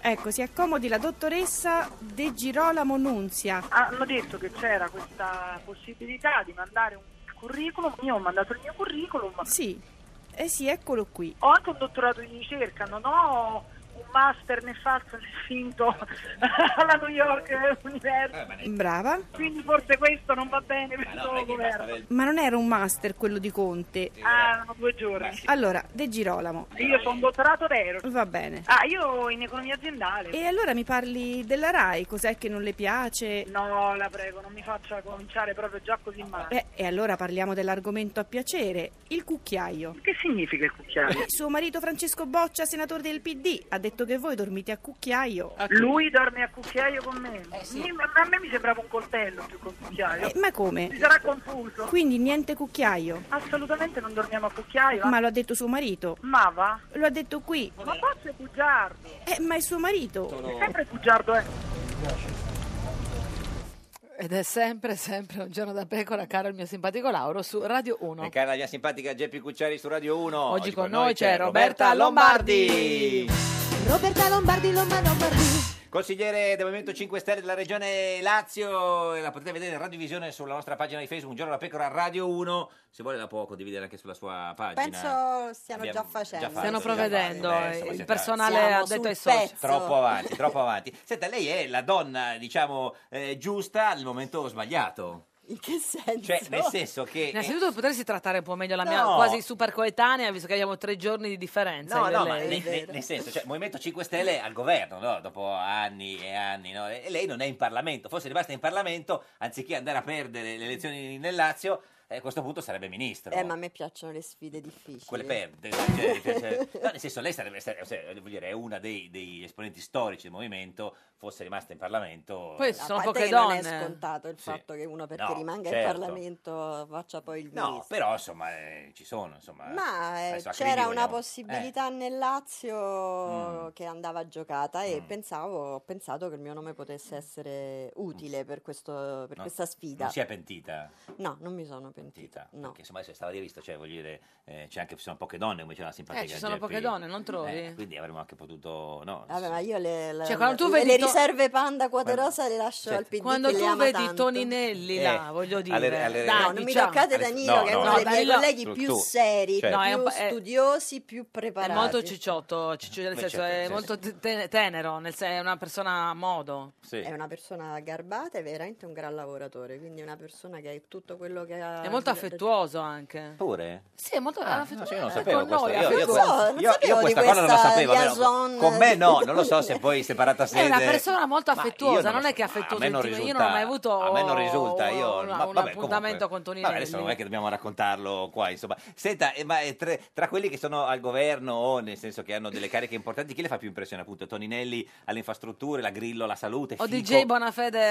K: Ecco, si accomodi la dottoressa De Girolamo Nunzia.
L: Ah, hanno detto che c'era questa possibilità di mandare un curriculum, io ho mandato il mio curriculum.
K: Sì, eh sì, eccolo qui.
L: Ho anche un dottorato in ricerca, non ho un master né falso né finto <laughs> alla New York University.
K: Brava.
L: Quindi forse questo non va bene per il nuovo governo.
K: Ma non era un master quello di Conte.
L: Ah, erano due giorni.
K: Allora, De Girolamo.
L: Io sono un dottorato d'ero.
K: Va bene.
L: Ah, io in economia aziendale.
K: E allora mi parli della RAI, cos'è che non le piace?
L: No, la prego, non mi faccia cominciare proprio già così male.
K: Beh, Eh, e allora parliamo dell'argomento a piacere, il cucchiaio. Eh,
L: Che significa il cucchiaio?
K: Suo marito Francesco Boccia, senatore del PD, ha detto che voi dormite a cucchiaio.
L: Lui dorme a cucchiaio con me.
A: Eh,
L: Mi- ma a me mi sembrava un coltello più che un cucchiaio.
K: Eh, ma come?
L: Si sarà confuso.
K: Quindi niente cucchiaio.
L: Assolutamente non dormiamo a cucchiaio.
K: Ma lo ha detto suo marito.
L: Ma va?
K: Lo ha detto qui.
L: Ma forse è bugiardo.
K: Eh, ma è suo marito.
L: È sempre bugiardo, eh.
A: Ed è sempre, sempre un giorno da pecora, caro il mio simpatico Lauro, su Radio 1.
B: E cara la mia simpatica Geppi Cucciari su Radio 1.
A: Oggi con noi c'è Roberta Lombardi.
I: Roberta Lombardi, Lombardi, Lombardi.
B: Consigliere del Movimento 5 Stelle della Regione Lazio, e la potete vedere in radiovisione sulla nostra pagina di Facebook, Un giorno la pecora Radio 1, se vuole la può condividere anche sulla sua pagina.
H: Penso stiano
B: Abbiamo
H: già facendo.
B: fatto,
A: Stiamo
B: già
A: provvedendo,
B: fatto. insomma,
A: il
B: siete-
A: personale Siamo ha detto sul ai soci. pezzo.
B: Troppo avanti, troppo avanti. Senta, lei è la donna, diciamo, eh, giusta al momento sbagliato.
H: In che senso?
B: Cioè, nel senso che...
A: Innanzitutto potresti trattare un po' meglio la mia
B: No.
A: quasi super coetanea, visto che abbiamo tre giorni di differenza.
B: No,
A: io e
B: no, ma
A: lei.
B: ne- ne- nel senso, cioè, Movimento 5 Stelle è al governo, no? dopo anni e anni, no? e lei non è in Parlamento, forse rimasta in Parlamento, anziché andare a perdere le elezioni nel Lazio, eh, a questo punto sarebbe ministro.
H: Eh, ma a me piacciono le sfide difficili.
B: Quelle perde, cioè, cioè, cioè- no, nel senso, lei sarebbe, sare- cioè, voglio dire, è una dei, degli esponenti storici del movimento, fosse rimasta in Parlamento.
A: Poi
B: eh,
A: ci sono
H: A parte
A: poche
H: che non è
A: donne.
H: scontato il
B: Sì.
H: fatto che uno perché
B: No,
H: rimanga
B: certo.
H: in Parlamento faccia poi il
B: No,
H: ministro.
B: però insomma eh, ci sono. Insomma,
H: Ma eh,
B: Adesso la crisi
H: c'era una
B: vogliamo-
H: possibilità nel Lazio
B: Eh. Mm.
H: che andava giocata e pensavo, ho pensato che il mio nome potesse essere utile per, questo, per
B: Mm. No,
H: questa sfida.
B: Eh, Non si è pentita.
H: No, non mi sono pentita. No.
B: Perché insomma adesso stava di vista, cioè voglio dire, eh, c'è anche, ci sono poche donne, come diceva la simpatica
A: Eh, ci sono
B: Geppi.
A: poche donne, non trovi?
B: Eh, quindi avremmo anche potuto, no,
H: Vabbè, ma io le, le-
A: Cioè, quando tu
H: le-
A: vedi
H: le
A: to-
H: riserve panda quote
B: Quando-
H: rosa le lascio
B: Certo.
H: al PD.
A: Quando
H: che le
A: tu
H: ama
A: vedi
H: tanto.
A: Toninelli là,
B: Eh,
A: voglio dire,
B: alle- alle-
A: dai,
H: No, non mi
A: diciamo.
H: toccate
B: Adesso-
H: Danilo,
B: no,
H: che è
B: no,
H: uno dei miei
A: Danilo-
H: colleghi
B: Tu-
H: più
B: tu-
H: seri,
B: certo.
A: No, è
H: più
A: un po'- è-
H: studiosi, più
A: È
H: preparati.
A: molto cicciotto, ciccio- nel
B: Beh,
A: senso
B: certo,
A: è
B: certo.
A: molto te- tenero, nel senso è una persona a modo.
B: Sì.
H: È una persona garbata e veramente un gran lavoratore, quindi è una persona che è tutto quello che ha...
A: È molto affettuoso anche.
B: Pure?
A: Sì, è molto
B: Ah,
A: affettuoso.
B: no, io non
A: eh,
B: sapevo
A: con
B: questo.
A: noi,
B: io, io,
H: non
B: que-
H: so, non
B: io- io
H: sapevo di
B: questa cosa non la
H: questa
B: sapevo. almeno-
H: liaison-
B: Con me no, non lo so se poi separata
A: È
B: sede.
A: una persona molto
B: Ma io
A: affettuosa,
B: non lo
A: non, è
B: so,
A: che
B: ma
A: è
B: a me
A: affettuoso.
B: non
A: intimamente. Io non
B: risulta-
A: ho mai avuto
B: a me non risulta, io-
A: un,
B: ma-
A: un
B: vabbè,
A: appuntamento
B: comunque.
A: con
B: Vabbè,
A: Toninelli.
B: adesso non è che dobbiamo raccontarlo qua, insomma. Senta, eh, ma eh, tre- tra quelli che sono al governo o nel senso che hanno delle cariche importanti, chi le fa più impressione? Appunto, Toninelli alle infrastrutture, la Grillo alla salute,
A: O
B: Fico-
A: DJ Bonafede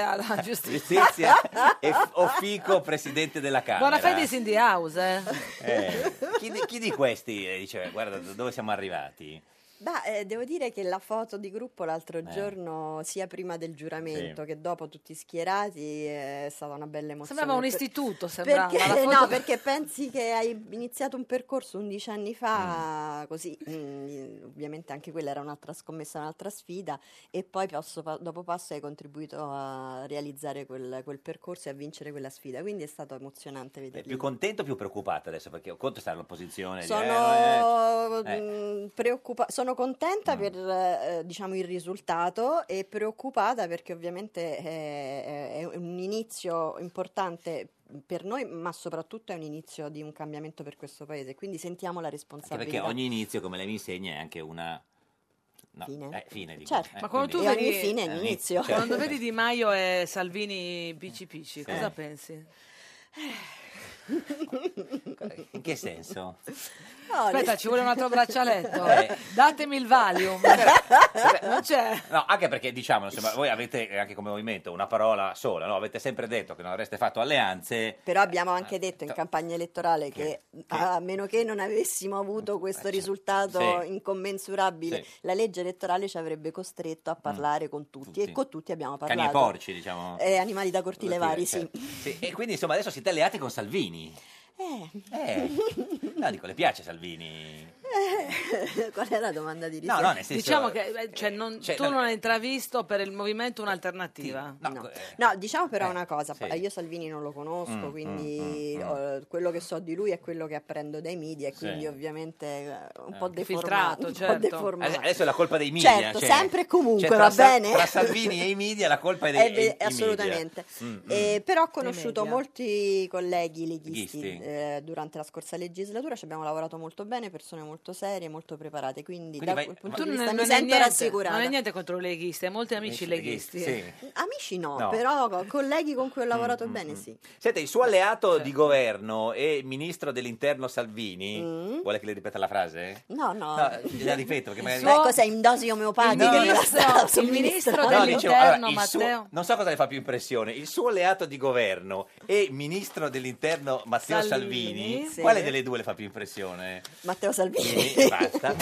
B: <laughs>
A: alla giustizia. <laughs>
B: giustizia eh. e F- o Fico presidente della Camera.
A: Bonafede is in the house, eh.
H: <laughs>
B: Eh, chi, di, chi di questi eh, dice guarda do- dove siamo arrivati?
H: Beh, eh, devo dire che la foto di gruppo l'altro giorno, sia prima del giuramento
B: Eh. Sì.
H: che dopo tutti schierati, è stata una bella emozione.
A: Sembrava un
H: Per-
A: istituto, sembrava.
H: Perché,
A: la foto-
H: no, <laughs> perché pensi che hai iniziato un percorso 11 anni fa, così mm, ovviamente anche quella era un'altra scommessa, un'altra sfida, e poi passo pa- dopo passo hai contribuito a realizzare quel, quel percorso e a vincere quella sfida, quindi è stato emozionante
B: È
H: vederli.
B: più contento o più preoccupato adesso? Perché conto stare all'opposizione. dire, eh, Mm. eh,
H: Sono,
B: eh.
H: mm, preoccupa- sono contenta per eh, diciamo, il risultato e preoccupata perché ovviamente è, è un inizio importante per noi, ma soprattutto è un inizio di un cambiamento per questo paese, quindi sentiamo la
B: Anche
H: responsabilità.
B: perché ogni inizio, come lei mi insegna, è anche una no, eh, fine. dico.
H: Certo.
B: Eh,
A: Ma quando tu
B: quindi-
H: E ogni
A: vedi-
H: fine è un
B: Eh,
H: inizio.
B: certo.
A: Quando vedi Di Maio e Salvini bici pici,
B: Sì.
A: cosa pensi?
B: In che senso?
A: Aspetta,
H: nel-
A: ci vuole un altro <laughs> braccialetto.
B: Eh.
A: Datemi il Valium. non c'è.
B: No, anche perché diciamolo, insomma, voi avete eh, anche come movimento una parola sola, no? Avete sempre detto che non avreste fatto alleanze.
H: Però abbiamo
B: Eh,
H: anche detto in campagna elettorale che, a meno che non avessimo avuto questo risultato
B: Eh, certo. Sì.
H: incommensurabile,
B: Sì. Mm.
H: la legge elettorale ci avrebbe costretto a parlare con tutti, e con tutti abbiamo parlato.
B: Cani e porci, diciamo.
H: Eh, animali da cortile
B: Vuol
H: vari,
B: dire,
H: sì.
B: certo. Sì, E quindi insomma adesso siete alleati con Salvini.
H: <laughs>
B: Eh. No, dico, le piace Salvini?
H: Eh, <laughs> Qual è la domanda di
B: No,
H: riserva?
B: no, nel senso...
A: Diciamo che eh, cioè, non-
B: Cioè,
A: tu
B: no.
A: non hai intravisto per il movimento un'alternativa.
B: No. eh,
H: No, diciamo però una cosa,
A: sì.
H: eh, io Salvini non lo conosco,
A: Mm,
H: quindi
A: mm, mm,
H: eh, quello che so di lui è quello che apprendo dai media e
B: Sì.
H: quindi ovviamente eh, un po'
B: Eh.
H: deformato, un
A: certo.
H: po' deformato.
B: Adesso- Adesso è la colpa dei media.
H: Certo,
B: cioè-
H: sempre e comunque,
B: cioè, tra
H: va
B: Sa-
H: bene?
B: Tra Salvini e i media la colpa è dei
H: Eh,
B: i-
H: beh,
B: i media.
H: assolutamente.
B: Mm, mm.
H: Eh, però ho conosciuto
B: media.
H: molti colleghi leghisti
B: Leghisti.
H: eh, durante la scorsa legislatura, ci abbiamo lavorato molto bene, persone molto serie, molto preparate, quindi,
A: Quindi
H: da
A: vai-
H: quel
A: ma
H: punto
A: tu
H: di vista
A: non-
H: mi
A: non hai
H: sento
A: niente-
H: rassicurata.
A: Non hai niente contro i leghisti, hai molti amici leghisti. eh.
H: Amici no,
B: No.
H: però co- colleghi con cui ho lavorato bene sì.
B: Senta, il suo alleato di governo e ministro dell'interno Salvini, vuole che le ripeta la frase?
H: No, no.
B: No, eh, la ripeto perché magari...
H: Beh, cos'è in dosi omeopatiche?
B: No,
H: che la sta
A: il ministro
H: somministrando?
B: No, dicevo, allora, il suo- non so cosa le fa più impressione, il suo alleato di governo e ministro dell'interno Matteo
H: Salvini,
B: Salvini,
H: sì.
B: quale delle due le fa più impressione?
H: Matteo Salvini.
B: Eh, basta.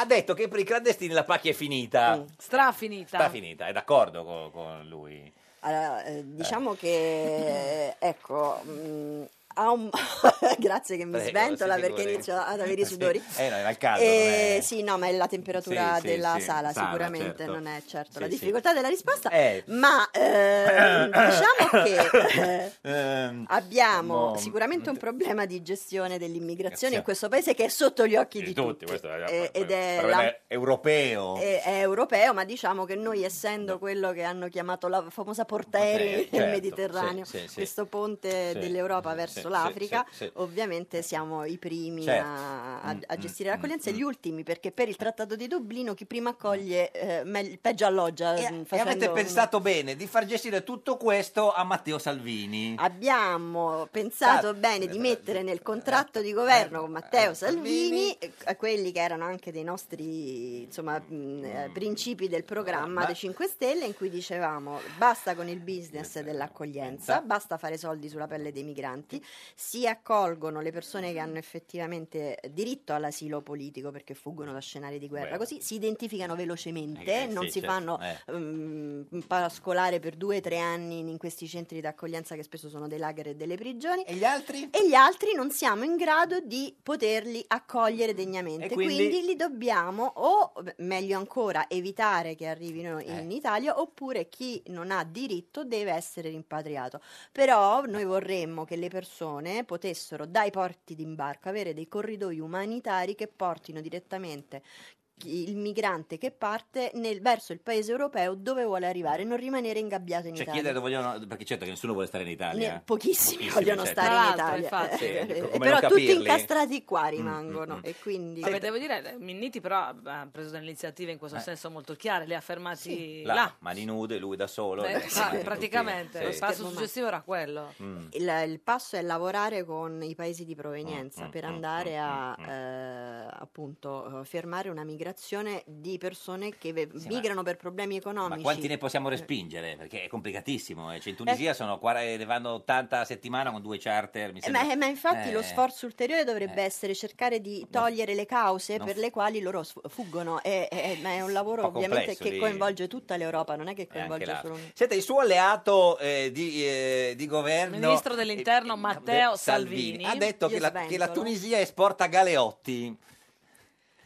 B: ha detto che per i clandestini la pacchia è finita.
A: Strafinita.
B: Sta finita, è d'accordo co- con, lui.
H: Allora, eh, diciamo che ecco, mh, ha un... <laughs> grazie che mi
B: Prego,
H: sventola
B: si
H: perché
B: figuri.
H: inizio
B: <laughs>
H: ad avere i sudori.
B: Eh, no, era il caldo.
H: Eh,
B: non è-
H: Sì, no, ma è la temperatura
B: Sì, sì,
H: della
B: sì,
H: sala,
B: sala,
H: sicuramente
B: certo.
H: non è certo
B: Sì,
H: la
B: sì.
H: difficoltà della risposta,
B: Eh.
H: ma
B: <coughs>
H: eh, diciamo che eh,
B: Ehm,
H: abbiamo
B: no,
H: sicuramente un problema di gestione dell'immigrazione
B: Grazie.
H: in questo paese che è sotto gli occhi
B: di
H: di,
B: tutti, questo è,
H: Eh, ed è
B: problema
H: la- Eh,
B: europeo.
H: è, è europeo, ma diciamo che noi, essendo quello che hanno chiamato la famosa portaerei
B: Portaerei,
H: del
B: certo,
H: Mediterraneo,
B: sì, sì, sì.
H: questo ponte
B: Sì,
H: dell'Europa
B: sì,
H: verso
B: sì,
H: l'Africa,
B: sì, sì.
H: ovviamente siamo i primi
B: Certo.
H: a, a-
B: Mm,
H: a
B: mm,
H: gestire l'accoglienza e gli ultimi, perché per il Trattato di Dublino chi prima accoglie
B: Mm.
H: eh, me- peggio alloggia. mh,
B: E
H: facendo-
B: avete pensato bene di far gestire tutto questo a Matteo Salvini. Ah,
H: Abbiamo pensato
A: Certo,
B: Stato-
H: bene di mettere
A: eh,
H: nel contratto di governo con Matteo Salvini eh, a quelli che erano anche dei nostri insomma, mh, eh, principi del programma
A: Ma-
H: dei 5 Stelle in cui dicevamo basta con il business dell'accoglienza, basta fare soldi sulla pelle dei migranti, si accolgono le persone che hanno effettivamente diritto all'asilo politico perché fuggono da scenari di guerra,
A: Beh.
H: così si identificano velocemente,
A: Eh, sì,
H: non si
A: certo,
H: fanno
A: eh.
H: mm, pascolare per due o tre anni in- in questi centri d'accoglienza che spesso sono dei lager e delle prigioni.
B: E gli altri?
H: E gli altri non siamo in grado di poterli accogliere degnamente.
A: E
H: Quindi...
A: quindi?
H: li dobbiamo o, beh, meglio ancora, evitare che arrivino
B: Eh.
H: in Italia oppure chi non ha diritto deve essere rimpatriato. Però noi vorremmo che le persone potessero dai porti d'imbarco avere dei corridoi umanitari che portino direttamente chi- il migrante che parte nel- verso il paese europeo dove vuole arrivare, non rimanere ingabbiato in
B: Cioè,
H: Italia.
B: chiedere dove vogliono, perché certo che nessuno vuole stare in Italia.
H: Ne- pochissimi,
B: Pochissimi,
H: vogliono
B: certo.
H: stare in
A: Tra l'altro,
H: Italia,
A: infatti.
H: Eh, <laughs>
B: Sì,
H: eh,
B: ecco, come
H: però
B: non
H: tutti
B: capirli? Mm,
H: incastrati qua rimangono e quindi
A: Vabbè, devo dire, eh, Minniti però ha preso delle iniziative in questo senso molto chiare, li ha fermati
B: Eh. cioè, Là,
A: là.
B: mani nude, lui da solo.
A: Eh,
B: le-
A: fa-
B: tutti.
A: praticamente,
B: Sì.
A: lo passo successivo era quello.
B: Mm.
H: il, il passo è lavorare con i paesi di provenienza
A: Mm, mm,
H: per
A: mm,
H: andare a eh, appunto eh, fermare una migrazione di persone che ve-
B: Sì, ma-
H: migrano per problemi
B: Ma
H: economici.
B: quanti ne possiamo respingere? Perché è complicatissimo. eh. Cioè, in Tunisia sono qua- eh, ne vanno 80 a settimana con due charter. Mi
H: Eh, Ma,
B: sembra-
H: eh, ma infatti
B: Eh,
H: lo sforzo ulteriore dovrebbe essere cercare di togliere le cause
B: non
H: per
B: f-
H: le quali loro sf- fuggono, Eh, eh, ma è un lavoro
B: Un po'
H: ovviamente
B: complesso
H: che
B: lì.
H: coinvolge tutta l'Europa, non è che
B: è anche
H: coinvolge
B: là.
H: solo un...
B: Senta, il suo alleato eh, di, eh, di governo
A: Ministro dell'interno Matteo
B: eh,
A: Salvini,
B: ha detto
A: Io
B: che la,
A: sventolo.
B: che la Tunisia esporta galeotti.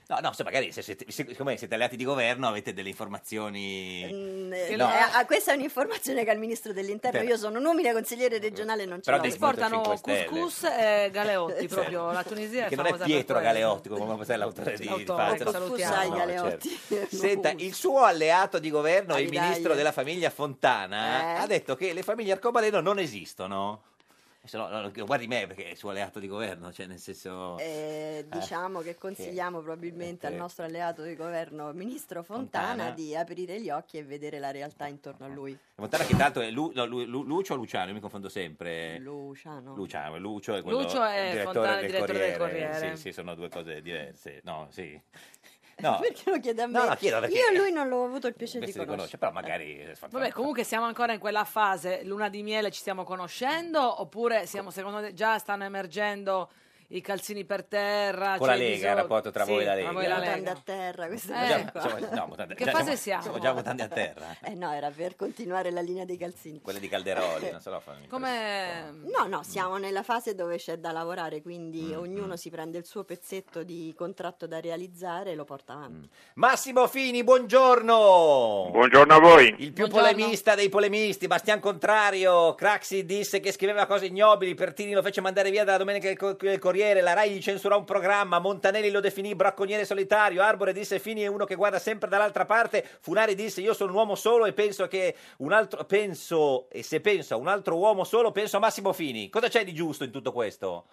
B: No, no, se magari se siete, se- siccome siete alleati di governo avete delle informazioni.
H: Mm, eh,
B: No.
H: eh, ah, questa è un'informazione che al ministro dell'interno
B: Beh.
H: io sono un umile consigliere regionale non ce
B: Però
H: l'ho
B: devi-
A: Esportano
B: Movimento Cinque Stelle.
A: couscous e galeotti
B: Certo.
A: proprio, la Tunisia è
B: Che non è
A: famosa per
B: Pietro
A: quello. Ecco,
B: Galeotti, come è l'autore di, di
A: L'autore,
B: Fazio.
A: che salutiamo.
B: No,
H: Galeotti.
B: certo.
A: <laughs>
B: Senta, il suo alleato di governo e il
H: Aridaglia.
B: ministro della famiglia Fontana
H: Eh.
B: ha detto che le famiglie arcobaleno non esistono. Se no, no, guardi me perché è il suo alleato di governo, cioè nel senso...
H: Eh, diciamo che consigliamo probabilmente al
B: eh.
H: nostro alleato di governo, ministro Fontana,
B: Fontana.
H: di aprire gli occhi e vedere la realtà intorno a lui.
B: Montana che tanto è Lu- no, Lu- Lu- Lucio o Luciano, io mi confondo sempre.
H: Luciano.
B: Luciano, Lucio è quello
A: Lucio è Fontana, direttore del Corriere.
B: Sì, sì, sono due cose diverse. No, sì. No,
H: <laughs> Perché lo chiede a me?
B: No, no, chiedo perché-
H: Io e lui non l'ho avuto il piacere di
B: questo
H: conoscere.
B: li conosce, però magari eh, Fontana-
A: Vabbè, comunque siamo ancora in quella fase, luna di miele ci stiamo conoscendo, oppure siamo, secondo te, già stanno emergendo i calzini per terra?
B: Con
A: c'è
B: la Lega,
A: disor-
B: il rapporto tra
A: Sì,
B: voi e la
A: tra
B: Lega.
A: voi e la
H: Mutande a
A: Lega.
H: terra, questa
A: Eh.
H: cosa
B: Già-
H: qua.
B: siamo- no, mutande-
A: Che
B: già
A: fase
B: siamo-
A: siamo?
B: Siamo già mutandi a terra,
H: Eh no, era per continuare la linea dei calzini.
B: quelle di Calderoli, non so, no, fammi-
H: Come... No, no, siamo nella fase dove c'è da lavorare, quindi ognuno si prende il suo pezzetto di contratto da realizzare e lo porta avanti.
B: Massimo Fini, buongiorno.
M: Buongiorno a voi.
B: Il più polemista dei polemisti, Bastian Contrario. Craxi disse che scriveva cose ignobili. Pertini lo fece mandare via dalla domenica del, Cor- del Corriere. La Rai gli censurò un programma. Montanelli lo definì bracconiere solitario. Arbore disse: Fini è uno che guarda sempre dall'altra parte. Funari disse: Io sono un uomo solo e penso che un altro. Penso, e se penso a un altro uomo solo, penso a Massimo Fini. Cosa c'è di giusto in tutto questo? Ah,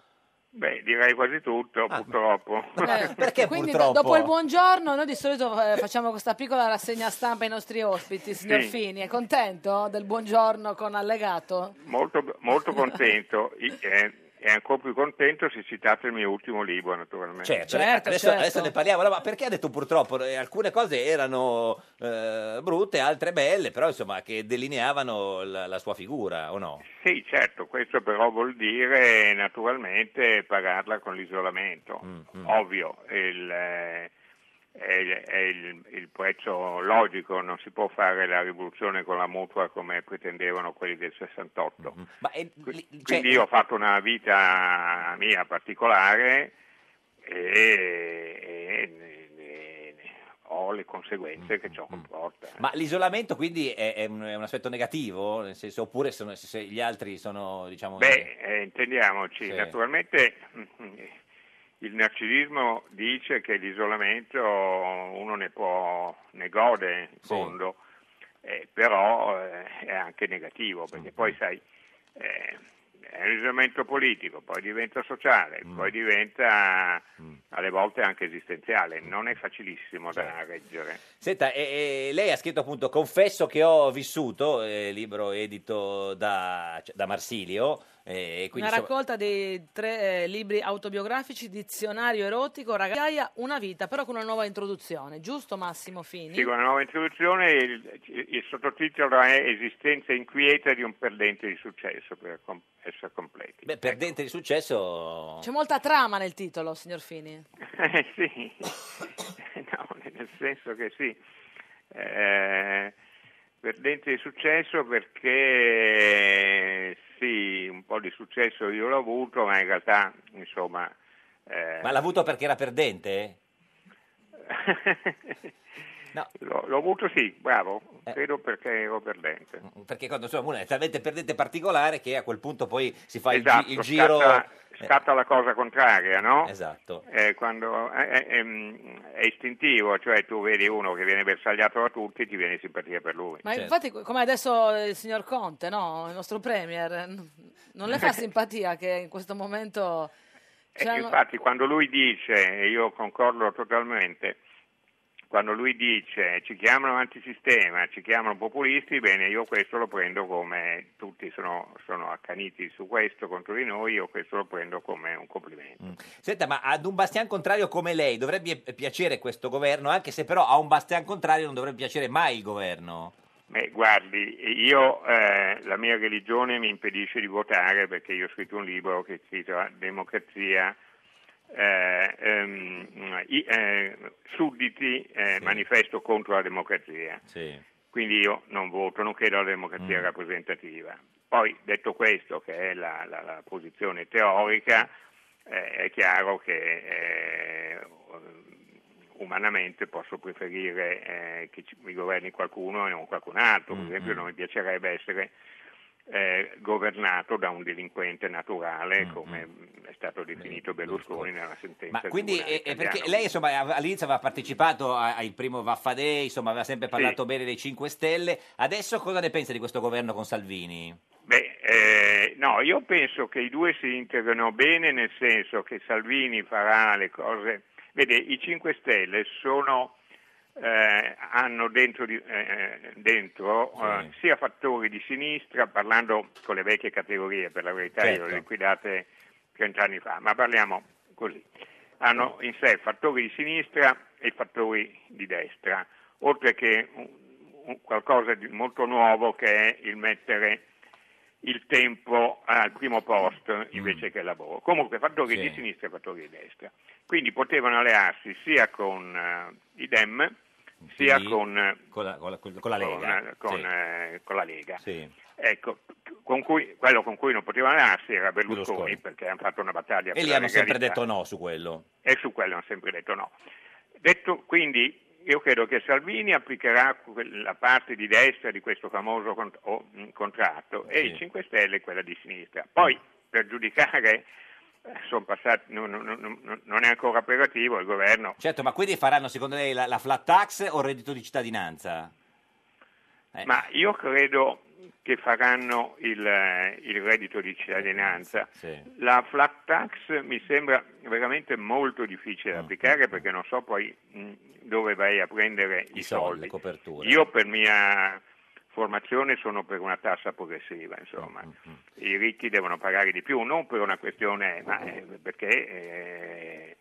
M: Beh, direi quasi tutto, purtroppo.
B: Perché
A: Eh, Quindi do-
B: purtroppo?
A: dopo il buongiorno noi di solito eh, facciamo questa piccola rassegna stampa ai nostri ospiti, signor
M: Sì.
A: Fini, è contento del buongiorno con allegato?
M: Molto, molto contento I- eh, e ancora più contento se citate il mio ultimo libro, naturalmente.
B: Certo, adesso, adesso ne parliamo. Allora, ma perché ha detto purtroppo? Eh, Alcune cose erano eh, brutte, altre belle, però insomma che delineavano la, la sua figura, o no?
M: Sì, certo, questo però vuol dire naturalmente pagarla con l'isolamento. Ovvio, il, eh, è, il- è il- il prezzo logico, non si può fare la rivoluzione con la mutua come pretendevano quelli del 68. Quindi io ho fatto una vita mia particolare e, e- e- e ho le conseguenze che ciò comporta.
B: Ma l'isolamento quindi è, è un, è un aspetto negativo, nel senso, oppure sono- se- se gli altri sono, diciamo...
M: Beh, eh, intendiamoci,
B: Sì.
M: naturalmente mm, il narcisismo dice che l'isolamento uno ne può, ne gode in fondo, eh, però eh, è anche negativo, perché poi sai, eh, è un isolamento politico, poi diventa sociale,
B: Mm.
M: poi diventa alle volte anche esistenziale, non è facilissimo da reggere.
B: Senta, e- e lei ha scritto appunto Confesso che ho vissuto, eh, libro edito da, cioè, da Marsilio, eh, e quindi...
A: Una
B: insomma-
A: raccolta di tre eh, libri autobiografici, dizionario erotico, ragazzaia, una vita, però con una nuova introduzione, giusto Massimo Fini?
M: Sì, con la nuova introduzione il, il sottotitolo è Esistenza inquieta di un perdente di successo, per com- essere completi. <laughs>
B: Beh, perdente di successo...
A: C'è molta trama nel titolo, signor Fini.
M: Eh, sì, <laughs> no, nel senso che sì, Eh, perdente di successo perché sì, un po' di successo io l'ho avuto, ma in realtà, insomma... eh,
B: Ma l'ha avuto perché
M: <laughs>
B: era perdente?
M: L'ho, l'ho avuto sì, bravo,
B: Eh.
M: credo perché ero perdente.
B: Perché quando insomma uno è talmente perdente particolare che a quel punto poi si fa il gi-
M: Esatto,
B: il, giro...
M: scatta, scatta la cosa contraria, no?
B: Esatto.
M: Eh, quando eh, eh, ehm, è, istintivo, cioè tu vedi uno che viene bersagliato da tutti e ti viene simpatia per lui.
A: Ma infatti, come adesso il signor Conte, no? il nostro Premier, n- non le fa simpatia che in questo momento...
M: Eh,
A: c'è-
M: infatti quando lui dice, e io concordo totalmente, quando lui dice ci chiamano antisistema, ci chiamano populisti, bene, io questo lo prendo come tutti sono, sono accaniti su questo contro di noi, io questo lo prendo come un complimento.
B: Senta, ma ad un bastian contrario come lei dovrebbe piacere questo governo, anche se però a un bastian contrario non dovrebbe piacere mai il governo.
M: Beh, guardi, io eh, la mia religione mi impedisce di votare perché io ho scritto un libro che si chiama Democrazia, eh, ehm, i- eh, sudditi, eh, manifesto contro la democrazia. Quindi io non voto, non credo alla democrazia
B: Mm.
M: rappresentativa. Poi, detto questo, che è la, la- la posizione teorica, eh, è chiaro che eh, umanamente posso preferire eh, che ci- mi governi qualcuno e non qualcun altro.
B: Mm,
M: Per esempio, non mi piacerebbe essere eh, governato da un delinquente naturale,
B: Mm,
M: come è stato definito Berlusconi nella sentenza.
B: Ma quindi
M: del
B: eh, eh,
M: Tribunale
B: perché
M: italiano.
B: lei insomma av- all'inizio aveva partecipato a- al primo Vaffadei, insomma aveva sempre parlato bene dei 5 Stelle, adesso cosa ne pensa di questo governo con Salvini?
M: Beh, eh, no, io penso che i due si integrano bene nel senso che Salvini farà le cose. Vede, i 5 Stelle sono, eh, hanno dentro, di- eh, dentro, eh, sia fattori di sinistra, parlando con le vecchie categorie, per la verità io
N: Certo.
M: le ho liquidate 30 anni fa, ma parliamo così. Hanno in sé fattori di sinistra e fattori di destra, oltre che un- un- qualcosa di molto nuovo che è il mettere il tempo al primo posto invece che il lavoro. Comunque fattori
B: Mm. Sì.
M: di sinistra e fattori di destra. Quindi potevano allearsi sia con eh, i Dem sia
B: PD,
M: con, eh,
B: con la, con la- con la Lega.
M: con,
B: sì.
M: eh, con la Lega.
B: Sì.
M: Ecco, con cui- quello con cui non potevano allearsi era Berlusconi,
B: Berlusconi.
M: perché hanno fatto una battaglia
B: E
M: per
B: lì
M: la
B: hanno sempre
M: legalità
B: detto no su quello.
M: e su quello hanno sempre detto no. Detto quindi, io credo che Salvini applicherà la parte di destra di questo famoso cont- o- mh, contratto e
B: Sì.
M: i 5 Stelle quella di sinistra. Poi, per giudicare, eh, sono passati, non, non- non- non è ancora operativo il governo.
B: Certo, ma quindi faranno secondo lei la, la flat tax o il reddito di cittadinanza? Eh.
M: Ma io credo che faranno il, eh, il reddito di cittadinanza.
B: Sì.
M: La flat tax mi sembra veramente molto difficile da applicare perché non so poi mh, dove vai a prendere i,
B: I soldi,
M: soldi.
B: le coperture.
M: Io per mia formazione sono per una tassa progressiva,
B: Mm,
M: insomma. I ricchi devono pagare di più, non per una questione, ma eh, perché eh,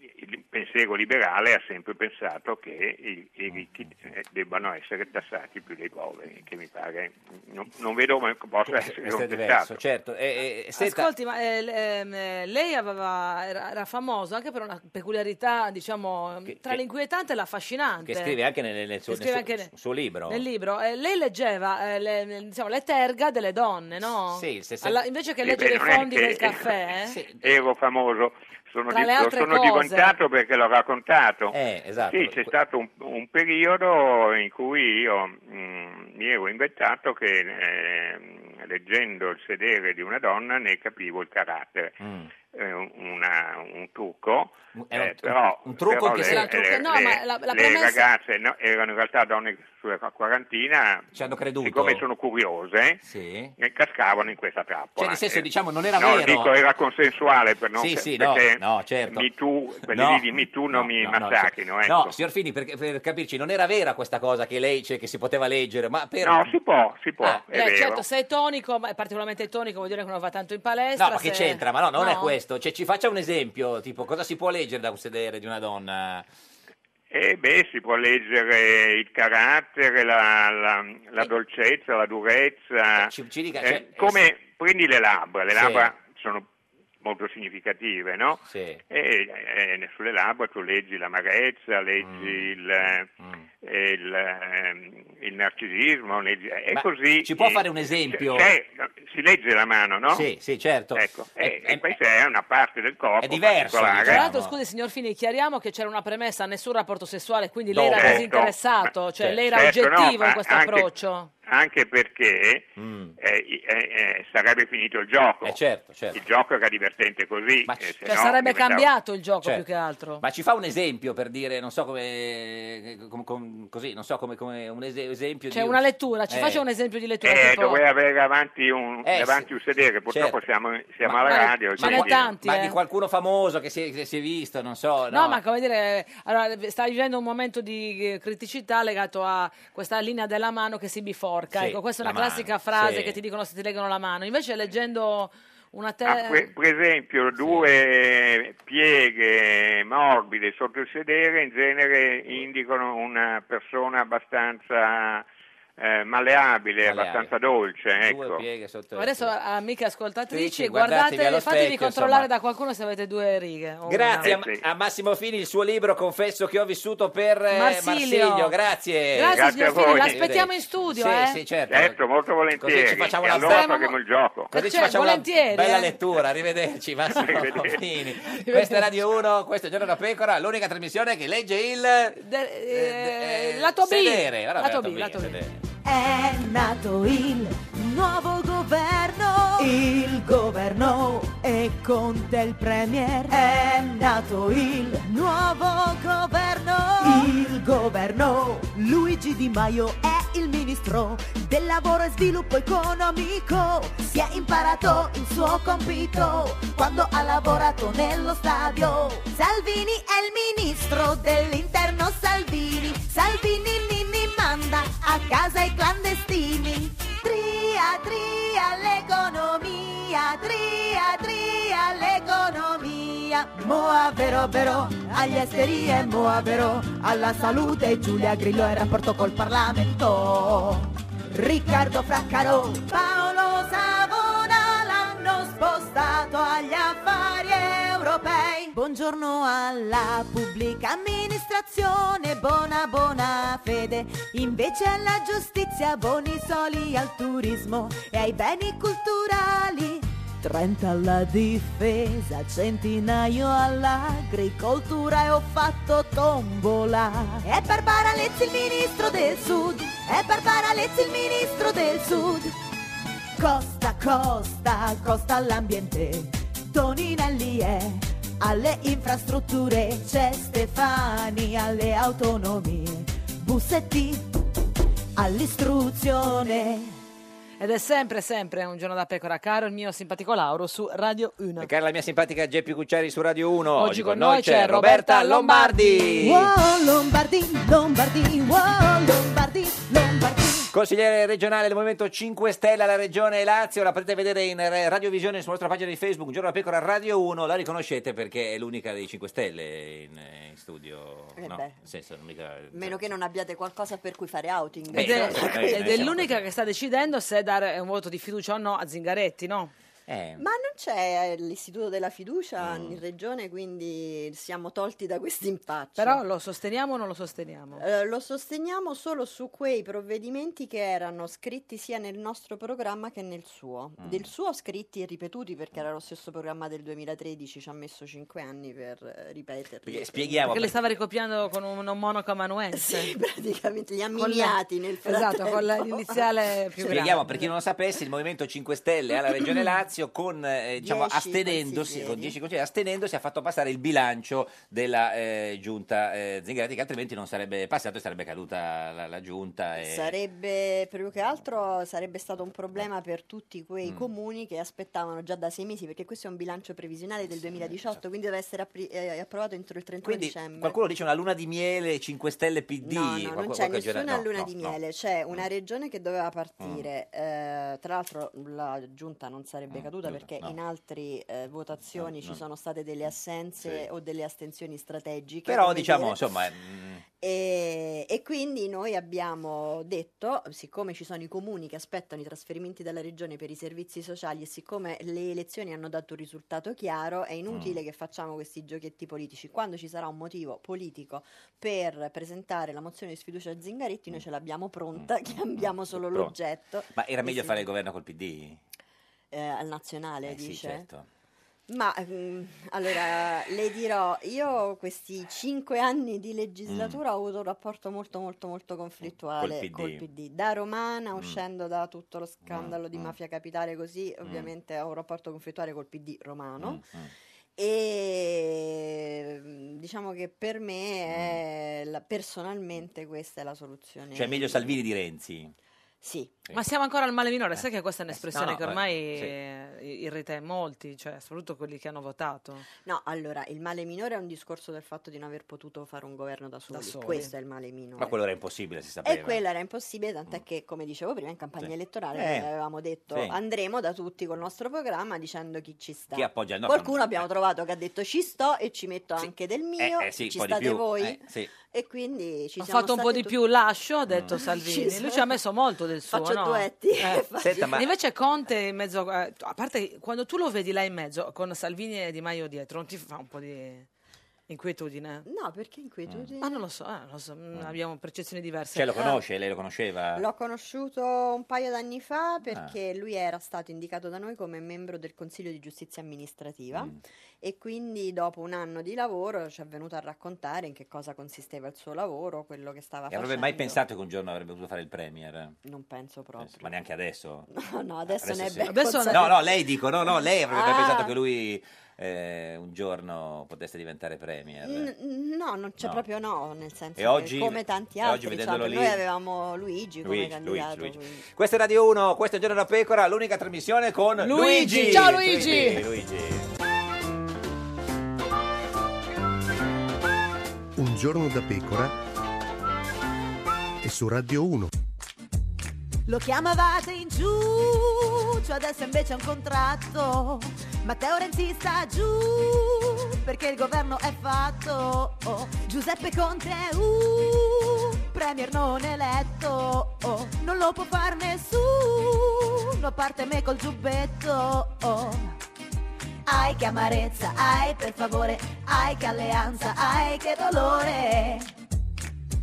M: il pensiero liberale ha sempre pensato che i, i ricchi
B: Mm,
M: eh, debbano essere tassati più dei poveri, che mi pare, non, non vedo come possa
B: Eh, Questo
M: essere
B: è diverso,
M: contestato.
B: certo. E- e- e senta-
A: Ascolti, ma eh, l- ehm, eh, lei aveva- era, era famosa anche per una peculiarità, diciamo, tra
B: che-
A: l'inquietante e l'affascinante.
B: che scrive anche nel, nel suo,
A: Che scrive
B: nel
A: anche
B: suo-
A: nel-
B: suo libro.
A: Nel libro eh, lei leggeva eh, le, le- diciamo, le terga delle donne, no?
B: Sì, il sessanta-
A: Alla- invece che
M: Sì,
A: leggere
M: beh,
A: i
M: Eh, non è
A: fondi
M: che-
A: del
M: <laughs>
A: caffè, eh?
M: Ero famoso, sono,
A: Tra
M: di-
A: le
M: lo
A: altre
M: sono
A: cose.
M: diventato perché l'ho raccontato.
B: Eh, esatto.
M: Sì, c'è stato un, un periodo in cui io mh, mi ero inventato che ehm, leggendo il sedere di una donna ne capivo il carattere. Eh, una- un trucco,
B: Era Mm. un-
M: eh, però,
B: un trucco
M: però
B: che
M: le,
B: si- Era un trucco-
M: le-
B: no,
M: le-
B: ma la- la
M: le
B: premessa-
M: ragazze no, erano in realtà donne sulla quarantina,
B: Ci hanno creduto.
M: siccome sono curiose,
B: Sì.
M: e cascavano in questa trappola.
B: Cioè, nel senso,
M: Eh,
B: diciamo, non era
M: no,
B: vero.
M: dico era consensuale per non
B: Sì, sì, no,
M: perché
B: no, certo.
M: Me Too, quelli
B: No,
M: lì di Me Too non mi
B: no, no,
M: massacrino,
B: no,
M: ecco.
B: signor Fini, per, per capirci, non era vera questa cosa che lei cioè, che si poteva leggere, ma per... Ah.
M: No, si può, si può,
B: è
A: Beh,
B: vero.
A: certo, sei tonico, ma è particolarmente tonico, vuol dire che non va tanto in palestra.
B: No, ma che
A: se-
B: c'entra? Ma no, non è
A: No?
B: questo. Cioè, ci faccia un esempio, tipo, cosa si può leggere da un sedere di una donna?
M: E Eh, beh, si può leggere il carattere, la, la- la dolcezza, la durezza.
B: Eh. ci dica,
M: Eh,
B: cioè,
M: come prendi le labbra, le
B: Sì.
M: labbra sono molto significative, no?
B: Sì.
M: E, eh, sulle labbra tu leggi l'amarezza,
B: Mm,
M: leggi il, eh, il, ehm, il narcisismo, leggi, e
B: Ma
M: così.
B: ci può
M: eh,
B: fare un esempio?
M: c'è- si legge la mano, no?
B: Sì, sì, certo.
M: Ecco, e, e questa è una parte del corpo.
B: eh. è diverso,
M: particolare.
A: Tra l'altro, scusi, signor Fini, chiariamo che c'era una premessa, nessun rapporto sessuale, quindi lei era
M: Dopo. Certo,
A: disinteressato, cioè
M: ma-
A: lei era
M: certo, no,
A: oggettivo in
M: ma
A: questo
M: anche-
A: approccio.
M: Anche perché
B: Mm.
M: eh, i- eh, eh, sarebbe finito il gioco.
B: Eh, certo,
M: Il gioco era divertente così. eh, se
A: Cioè,
M: no
A: sarebbe
M: diventava-
A: cambiato il gioco
B: Certo.
A: più che altro.
B: Ma ci fa un esempio per dire, non so come, com- com- così, non so come, come un es- esempio.
A: Cioè,
B: di
A: una lettura, ci
B: Eh.
A: faccia un esempio di lettura.
M: Eh,
A: tipo-
M: dovrei avere davanti un,
B: Eh,
M: davanti
B: sì.
M: un sedere, purtroppo siamo, siamo alla radio.
B: ma,
M: quindi-
B: ma di qualcuno famoso che si è, che si è visto, non so.
A: eh. No, ma come dire, allora, stai vivendo un momento di eh, criticità legato a questa linea della mano che si biforca.
B: Sì,
A: ecco, questa è
B: la
A: una classica
B: mano,
A: frase
B: sì.
A: che ti dicono se ti legano la mano. Invece, leggendo una te-
M: Ah, per, per esempio, due pieghe morbide sotto il sedere in genere indicano una persona abbastanza eh, malleabile, abbastanza dolce. Ecco.
A: Adesso, amiche ascoltatrici,
B: Sì, sì,
A: guardate,
B: guardatevi allo
A: fatevi
B: specchio,
A: controllare
B: insomma.
A: da qualcuno se avete due righe. o
B: Grazie
A: una.
M: Eh,
B: a, a Massimo Fini il suo libro Confesso che ho vissuto per eh,
A: Marsilio.
B: Marsilio, grazie.
A: Grazie, Grazie signor a Fini, voi. l'aspettiamo in studio,
B: Sì,
A: eh.
B: sì, certo.
M: molto volentieri.
B: Così ci facciamo
M: E
B: una
M: allora
B: bella-
M: faremo il gioco.
B: Così ci
A: Cioè,
B: facciamo una
A: volentieri,
B: bella
A: eh.
B: lettura, arrivederci
A: <laughs>
B: Massimo
A: Arrivederci.
B: Fini. Questa è Radio 1, questo è Giorno da Pecora, l'unica trasmissione che legge il
A: De- eh, lato B.
B: sedere. Guarda,
A: Lato
B: lato
A: B,
B: B,
A: lato B.
B: sedere.
I: È nato il nuovo governo. Il governo e con del premier. È nato il nuovo governo. Il governo. Luigi Di Maio è il ministro. ministro del lavoro e sviluppo economico. Si è imparato il suo compito quando ha lavorato nello stadio. Salvini è il ministro dell'interno Salvini. Salvini Nini manda a casa i clandestini. Tria, tria l'economia, tria, tria l'economia. Moa vero vero, agli esteri e moa vero, alla salute Giulia Grillo e rapporto col Parlamento. Riccardo Fraccaro, Paolo Savona l'hanno spostato agli affari europei. Buongiorno alla pubblica amministrazione, buona buona fede. Invece alla giustizia, buoni soli al turismo e ai beni culturali. 30 alla difesa, centinaio all'agricoltura e ho fatto tombola. È Barbara Lezzi il ministro del sud, è Barbara Lezzi il ministro del sud. Costa, costa, costa all'ambiente, Toninelli è alle infrastrutture, c'è Stefani alle autonomie, Bussetti all'istruzione.
A: Ed è sempre, sempre un giorno da pecora, caro il mio simpatico Lauro su Radio 1.
B: E cara la mia simpatica Geppi Cucciari su Radio 1.
A: Oggi con noi c'è Roberta Lombardi.
I: Wow, Lombardi, Lombardi, wow, Lombardi.
B: Consigliere regionale del Movimento 5 Stelle alla Regione Lazio, la potete vedere in eh, radiovisione sulla nostra pagina di Facebook, Giorno da Pecora Radio 1, la riconoscete perché è l'unica dei 5 Stelle in, eh, in studio.
H: Eh
B: no,
H: beh.
B: nel senso, non mica...
H: Meno che non abbiate qualcosa per cui fare outing.
B: Beh,
A: Ed è, <laughs>
B: no, noi-
A: ed
B: noi
A: è
B: siamo
A: l'unica che sta decidendo se dare un voto di fiducia o no a Zingaretti, no?
B: Eh.
A: Eh.
H: Ma non c'è eh, l'istituto della fiducia in regione, quindi siamo tolti da questo impaccio.
A: Però lo sosteniamo o non lo sosteniamo?
H: Eh, lo sosteniamo solo su quei provvedimenti che erano scritti sia nel nostro programma che nel suo.
A: Mm.
H: Del suo scritti e ripetuti perché era lo stesso programma del 2013, ci ha messo 5 anni per eh, ripeterli.
B: Perché spieghiamo,
A: Perché le stava ricopiando con un, un monaco amanuense.
H: <laughs>
A: Sì,
H: praticamente gli amminiati nel frattempo.
A: Esatto, con la- l'iniziale più
B: Spieghiamo
A: grande.
B: per chi non lo sapesse, il Movimento 5 Stelle alla
H: <clears throat>
B: Regione Lazio con, eh, diciamo,
O: Dieci
B: astenendosi, con 10 consiglieri, astenendosi ha fatto passare il bilancio della eh, giunta eh, Zingaretti che altrimenti non sarebbe passato e sarebbe caduta la, la giunta. eh. e-
H: Sarebbe più che altro sarebbe stato un problema per tutti quei
B: Mm.
H: comuni che aspettavano già da sei mesi, perché questo è un bilancio previsionale del 2018, quindi deve essere appri- eh, approvato entro il 31
B: certo. Quindi
H: dicembre.
B: qualcuno dice una luna di miele 5 Stelle PD.
H: No, no, non
B: qualcuno-
H: c'è
B: qualche
H: nessuna
B: giornale- no,
H: luna
B: no,
H: di
B: no. Mm.
H: miele, c'è una regione che doveva partire. eh, tra l'altro la giunta non
B: Mm,
H: sarebbe caduta
P: giusto,
H: perché
P: no.
H: in altre votazioni ci
B: Eh, no.
H: sono state delle assenze o delle astensioni strategiche.
B: Però
H: come
B: diciamo,
H: dire.
B: insomma...
H: <laughs>
B: eh, mm,
H: E, e quindi noi abbiamo detto, siccome ci sono i comuni che aspettano i trasferimenti dalla regione per i servizi sociali e siccome le elezioni hanno dato un risultato chiaro, è
B: Mm.
H: inutile che facciamo questi giochetti politici. Quando ci sarà un motivo politico per presentare la mozione di sfiducia a Zingaretti, noi ce l'abbiamo <laughs> pronta, cambiamo solo
B: Mm. Pronto.
H: l'oggetto.
B: Ma era
H: E
B: meglio
H: si-
B: fare il governo col PD?
H: eh, al nazionale,
B: Eh
H: dice.
B: sì, certo.
H: Ma mm, allora le dirò, io questi cinque anni di legislatura ho avuto un rapporto molto molto molto conflittuale
P: Col PD.
H: col PD. Da romana, uscendo da tutto lo scandalo di Mafia Capitale, così ovviamente ho un rapporto conflittuale col PD romano. E mm, diciamo che per me è la- personalmente questa è la soluzione.
B: Cioè meglio Salvini di Renzi?
H: Sì.
A: Ma siamo ancora al male minore, sai che questa è un'espressione
B: no,
A: che
B: eh,
A: ormai
B: sì.
A: eh, irrita in molti, cioè soprattutto quelli che hanno votato.
H: No, allora, il male minore è un discorso del fatto di non aver potuto fare un governo da soli.
A: soli.
H: Questo è il male minore.
B: Ma quello era impossibile, si sapeva. Mm.
H: E quello era impossibile, tant'è che, come dicevo prima, in campagna
B: Sì.
H: elettorale
B: Eh.
H: noi avevamo detto
B: Sì.
H: andremo da tutti col nostro programma dicendo chi ci sta.
B: Chi appoggia il nostro-
H: Qualcuno abbiamo trovato che ha detto ci sto e ci metto anche del mio,
B: Eh, eh, sì,
H: ci
B: un po' di
H: state
B: più.
H: voi.
B: Eh, sì.
H: E quindi ci
A: Ho
H: siamo
A: fatto un po'
H: stati
A: di
H: tutti-
A: più lascio, ha
B: Mm.
A: detto
H: Ci
A: Salvini.
H: sono-
A: Lui ci ha messo molto del suo.
H: Faccio
A: no? Eh,
H: duetti. <laughs> Faccio-
B: Senta, ma-
A: Invece Conte in mezzo, eh, a parte quando tu lo vedi là in mezzo con Salvini e Di Maio dietro, non ti fa un po' di inquietudine?
H: No, perché inquietudine?
A: Ma non lo so, eh, non lo so, mm, abbiamo percezioni diverse.
H: <laughs>
B: Cioè lo
A: Eh,
B: conosce, lei lo conosceva?
H: L'ho conosciuto un paio d'anni
B: Ah.
H: fa perché lui era stato indicato da noi come membro del Consiglio di Giustizia Amministrativa
B: Mm.
H: e quindi dopo un anno di lavoro ci è venuto a raccontare in che cosa consisteva il suo lavoro, quello che stava
B: E
H: facendo.
B: avrebbe mai pensato che un giorno avrebbe potuto fare il premier?
H: Non penso proprio.
B: Ma neanche adesso?
H: <laughs> No, no, adesso, ne è
B: sì.
H: ben
B: No,
H: consapevole.
B: no, lei dico, no, no, lei avrebbe
H: Ah.
B: pensato che lui eh, un giorno potesse diventare Premier.
H: N- no, non c'è
B: No.
H: proprio no, nel senso
B: E
H: che
B: oggi-
H: come tanti
B: e oggi
H: altri,
B: vedendolo
H: diciamo,
B: lì-
H: noi avevamo Luigi come
B: Luigi,
H: candidato.
B: Luigi, Luigi.
H: quindi-
B: Questa è Radio 1, questo è Il Giorno da Pecora, l'unica trasmissione con
H: Luigi.
B: Luigi.
H: Ciao, Luigi.
B: Luigi.
J: Un giorno da pecora e su Radio 1.
I: Lo chiamavate in giù, cioè adesso invece è un contratto. Matteo Renzi sta giù, perché il governo è fatto. Oh, Giuseppe Conte è un premier non eletto. Oh, non lo può far nessuno, a parte me col giubbetto. Oh. Ai che amarezza, ai per favore, ai che alleanza, ai che dolore.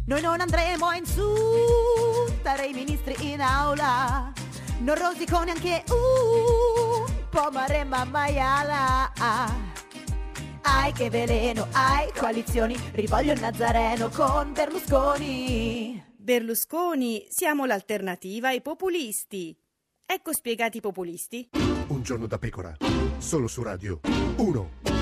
I: Noi non andremo a insultare i ministri in aula, non rosico neanche un po' maremma maiala. Ai che veleno, ai coalizioni, rivoglio il Nazareno con Berlusconi.
K: Berlusconi, siamo l'alternativa ai populisti. Ecco spiegati i populisti.
J: Un giorno da pecora, solo su Radio 1.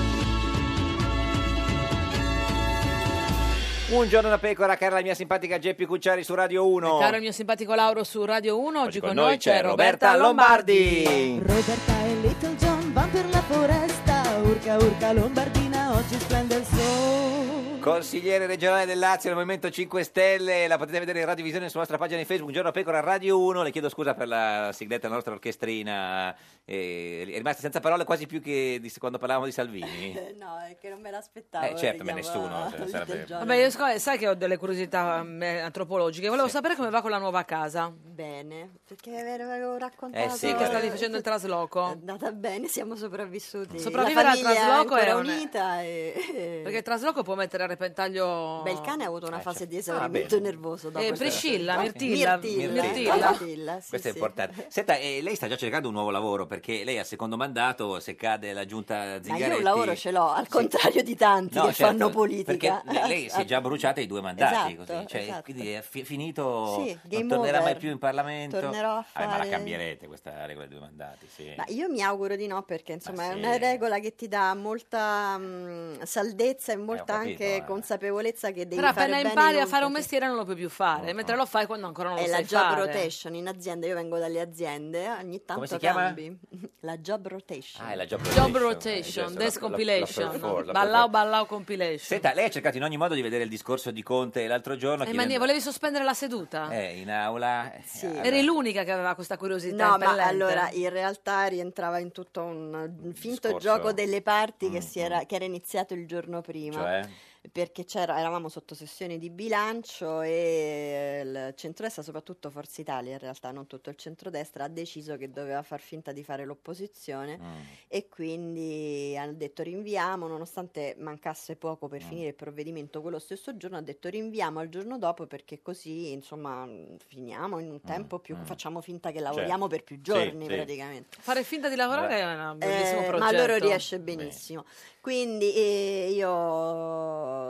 B: Un giorno da pecora, cara la mia simpatica Geppi Cucciari su Radio 1.
A: Caro il mio simpatico Lauro su Radio 1, oggi,
B: con noi c'è Roberta Lombardi.
I: Roberta e Little John van per la foresta, urca urca Lombardina, oggi splende il sole.
B: Consigliere regionale del Lazio del Movimento 5 Stelle, la potete vedere in radiovisione sulla nostra pagina di Facebook, Un giorno da pecora Radio 1, le chiedo scusa per la sigletta della nostra orchestrina, eh, è rimasta senza parole quasi più che di- quando parlavamo di Salvini.
H: Eh, <laughs> No, è che non me l'aspettavo.
B: Eh, certo, ma
H: vediamo
B: nessuno,
H: la-
B: se- sarebbe-
H: del giorno.
A: Vabbè, io sc- sai che ho delle curiosità mm, antropologiche. Volevo sapere come va con la nuova casa.
H: Bene, perché ve l'avevo raccontato.
A: Eh sì, che stavi facendo il trasloco.
H: È andata bene, siamo sopravvissuti.
A: Sopravvivere
H: La
A: al
H: famiglia è
A: trasloco
H: ancora
A: era un-
B: Ah,
H: unita e...
A: <laughs> Perché il trasloco può mettere a repentaglio. cioè.
H: Beh, il cane ha avuto una fase di
B: Ah, bene.
H: esaurimento nervoso dopo
A: Eh,
H: questa-
A: Priscilla,
H: Ah,
A: Mirtilla,
H: Mirtilla,
A: Mirtilla.
H: Mirtilla, sì,
B: Questo è
H: sì.
B: importante. Senta, eh, lei sta già cercando un nuovo lavoro perché lei al secondo mandato, se cade la giunta
H: Ma
B: Zingaretti...
H: io un lavoro ce l'ho, al contrario di tanti
B: No,
H: che
B: certo,
H: fanno politica.
B: Perché lei si è già bruciata i due mandati,
H: Esatto,
B: così, cioè,
H: esatto.
B: quindi è fi- finito,
H: Sì,
B: non
H: game
B: tornerà
H: over.
B: mai più in Parlamento.
H: Tornerò a
B: Vabbè, ma la
H: fare-
B: cambierete questa regola dei due mandati, Eh, sì.
H: Ma io mi auguro di no perché insomma è
B: sì.
H: una regola che ti dà molta mh, saldezza e molta
B: capito,
H: anche
B: eh.
H: consapevolezza che devi
A: Però
H: fare
A: appena
H: bene
A: impari a
H: non-
A: fare un mestiere non lo puoi più fare, mentre lo fai quando ancora non lo
H: È la
A: sai
H: job
A: fare.
H: rotation in azienda, io vengo dalle aziende, ogni tanto
A: si chiama?
H: cambi. <laughs> La job rotation.
B: Ah, è la job rotation.
A: Job
B: Eh,
A: rotation,
B: giusto,
A: desk
B: la- la- la- la-
A: compilation,
B: la- la- la-
A: ballao ballao compilation.
B: Senta, lei ha cercato in ogni modo di vedere il discorso di Conte l'altro giorno
A: Eh, ma
B: chiedendo-
A: volevi sospendere la seduta?
B: eh, in aula. eh, allora-
A: Eri l'unica che aveva questa curiosità.
H: No, ma
A: impellente.
H: allora in realtà rientrava in tutto un finto
A: Discorso.
H: gioco delle parti che, si era, che era iniziato il giorno prima.
B: Mm,
A: <laughs>
B: Cioè?
H: Perché c'era, eravamo sotto sessione di bilancio e il centrodestra, soprattutto Forza Italia, in realtà non tutto il centrodestra, ha deciso che doveva far finta di fare l'opposizione
A: Mm.
H: e quindi hanno detto rinviamo, nonostante mancasse poco
A: Mm.
H: per finire il provvedimento quello stesso giorno, ha detto rinviamo al giorno dopo perché così insomma finiamo in un tempo più, facciamo finta che lavoriamo per più
A: Sì,
H: giorni
A: Mm, Certo. sì.
H: praticamente.
A: Fare finta di lavorare è un bellissimo
H: Eh,
A: progetto.
H: ma a loro riesce benissimo. Quindi eh, io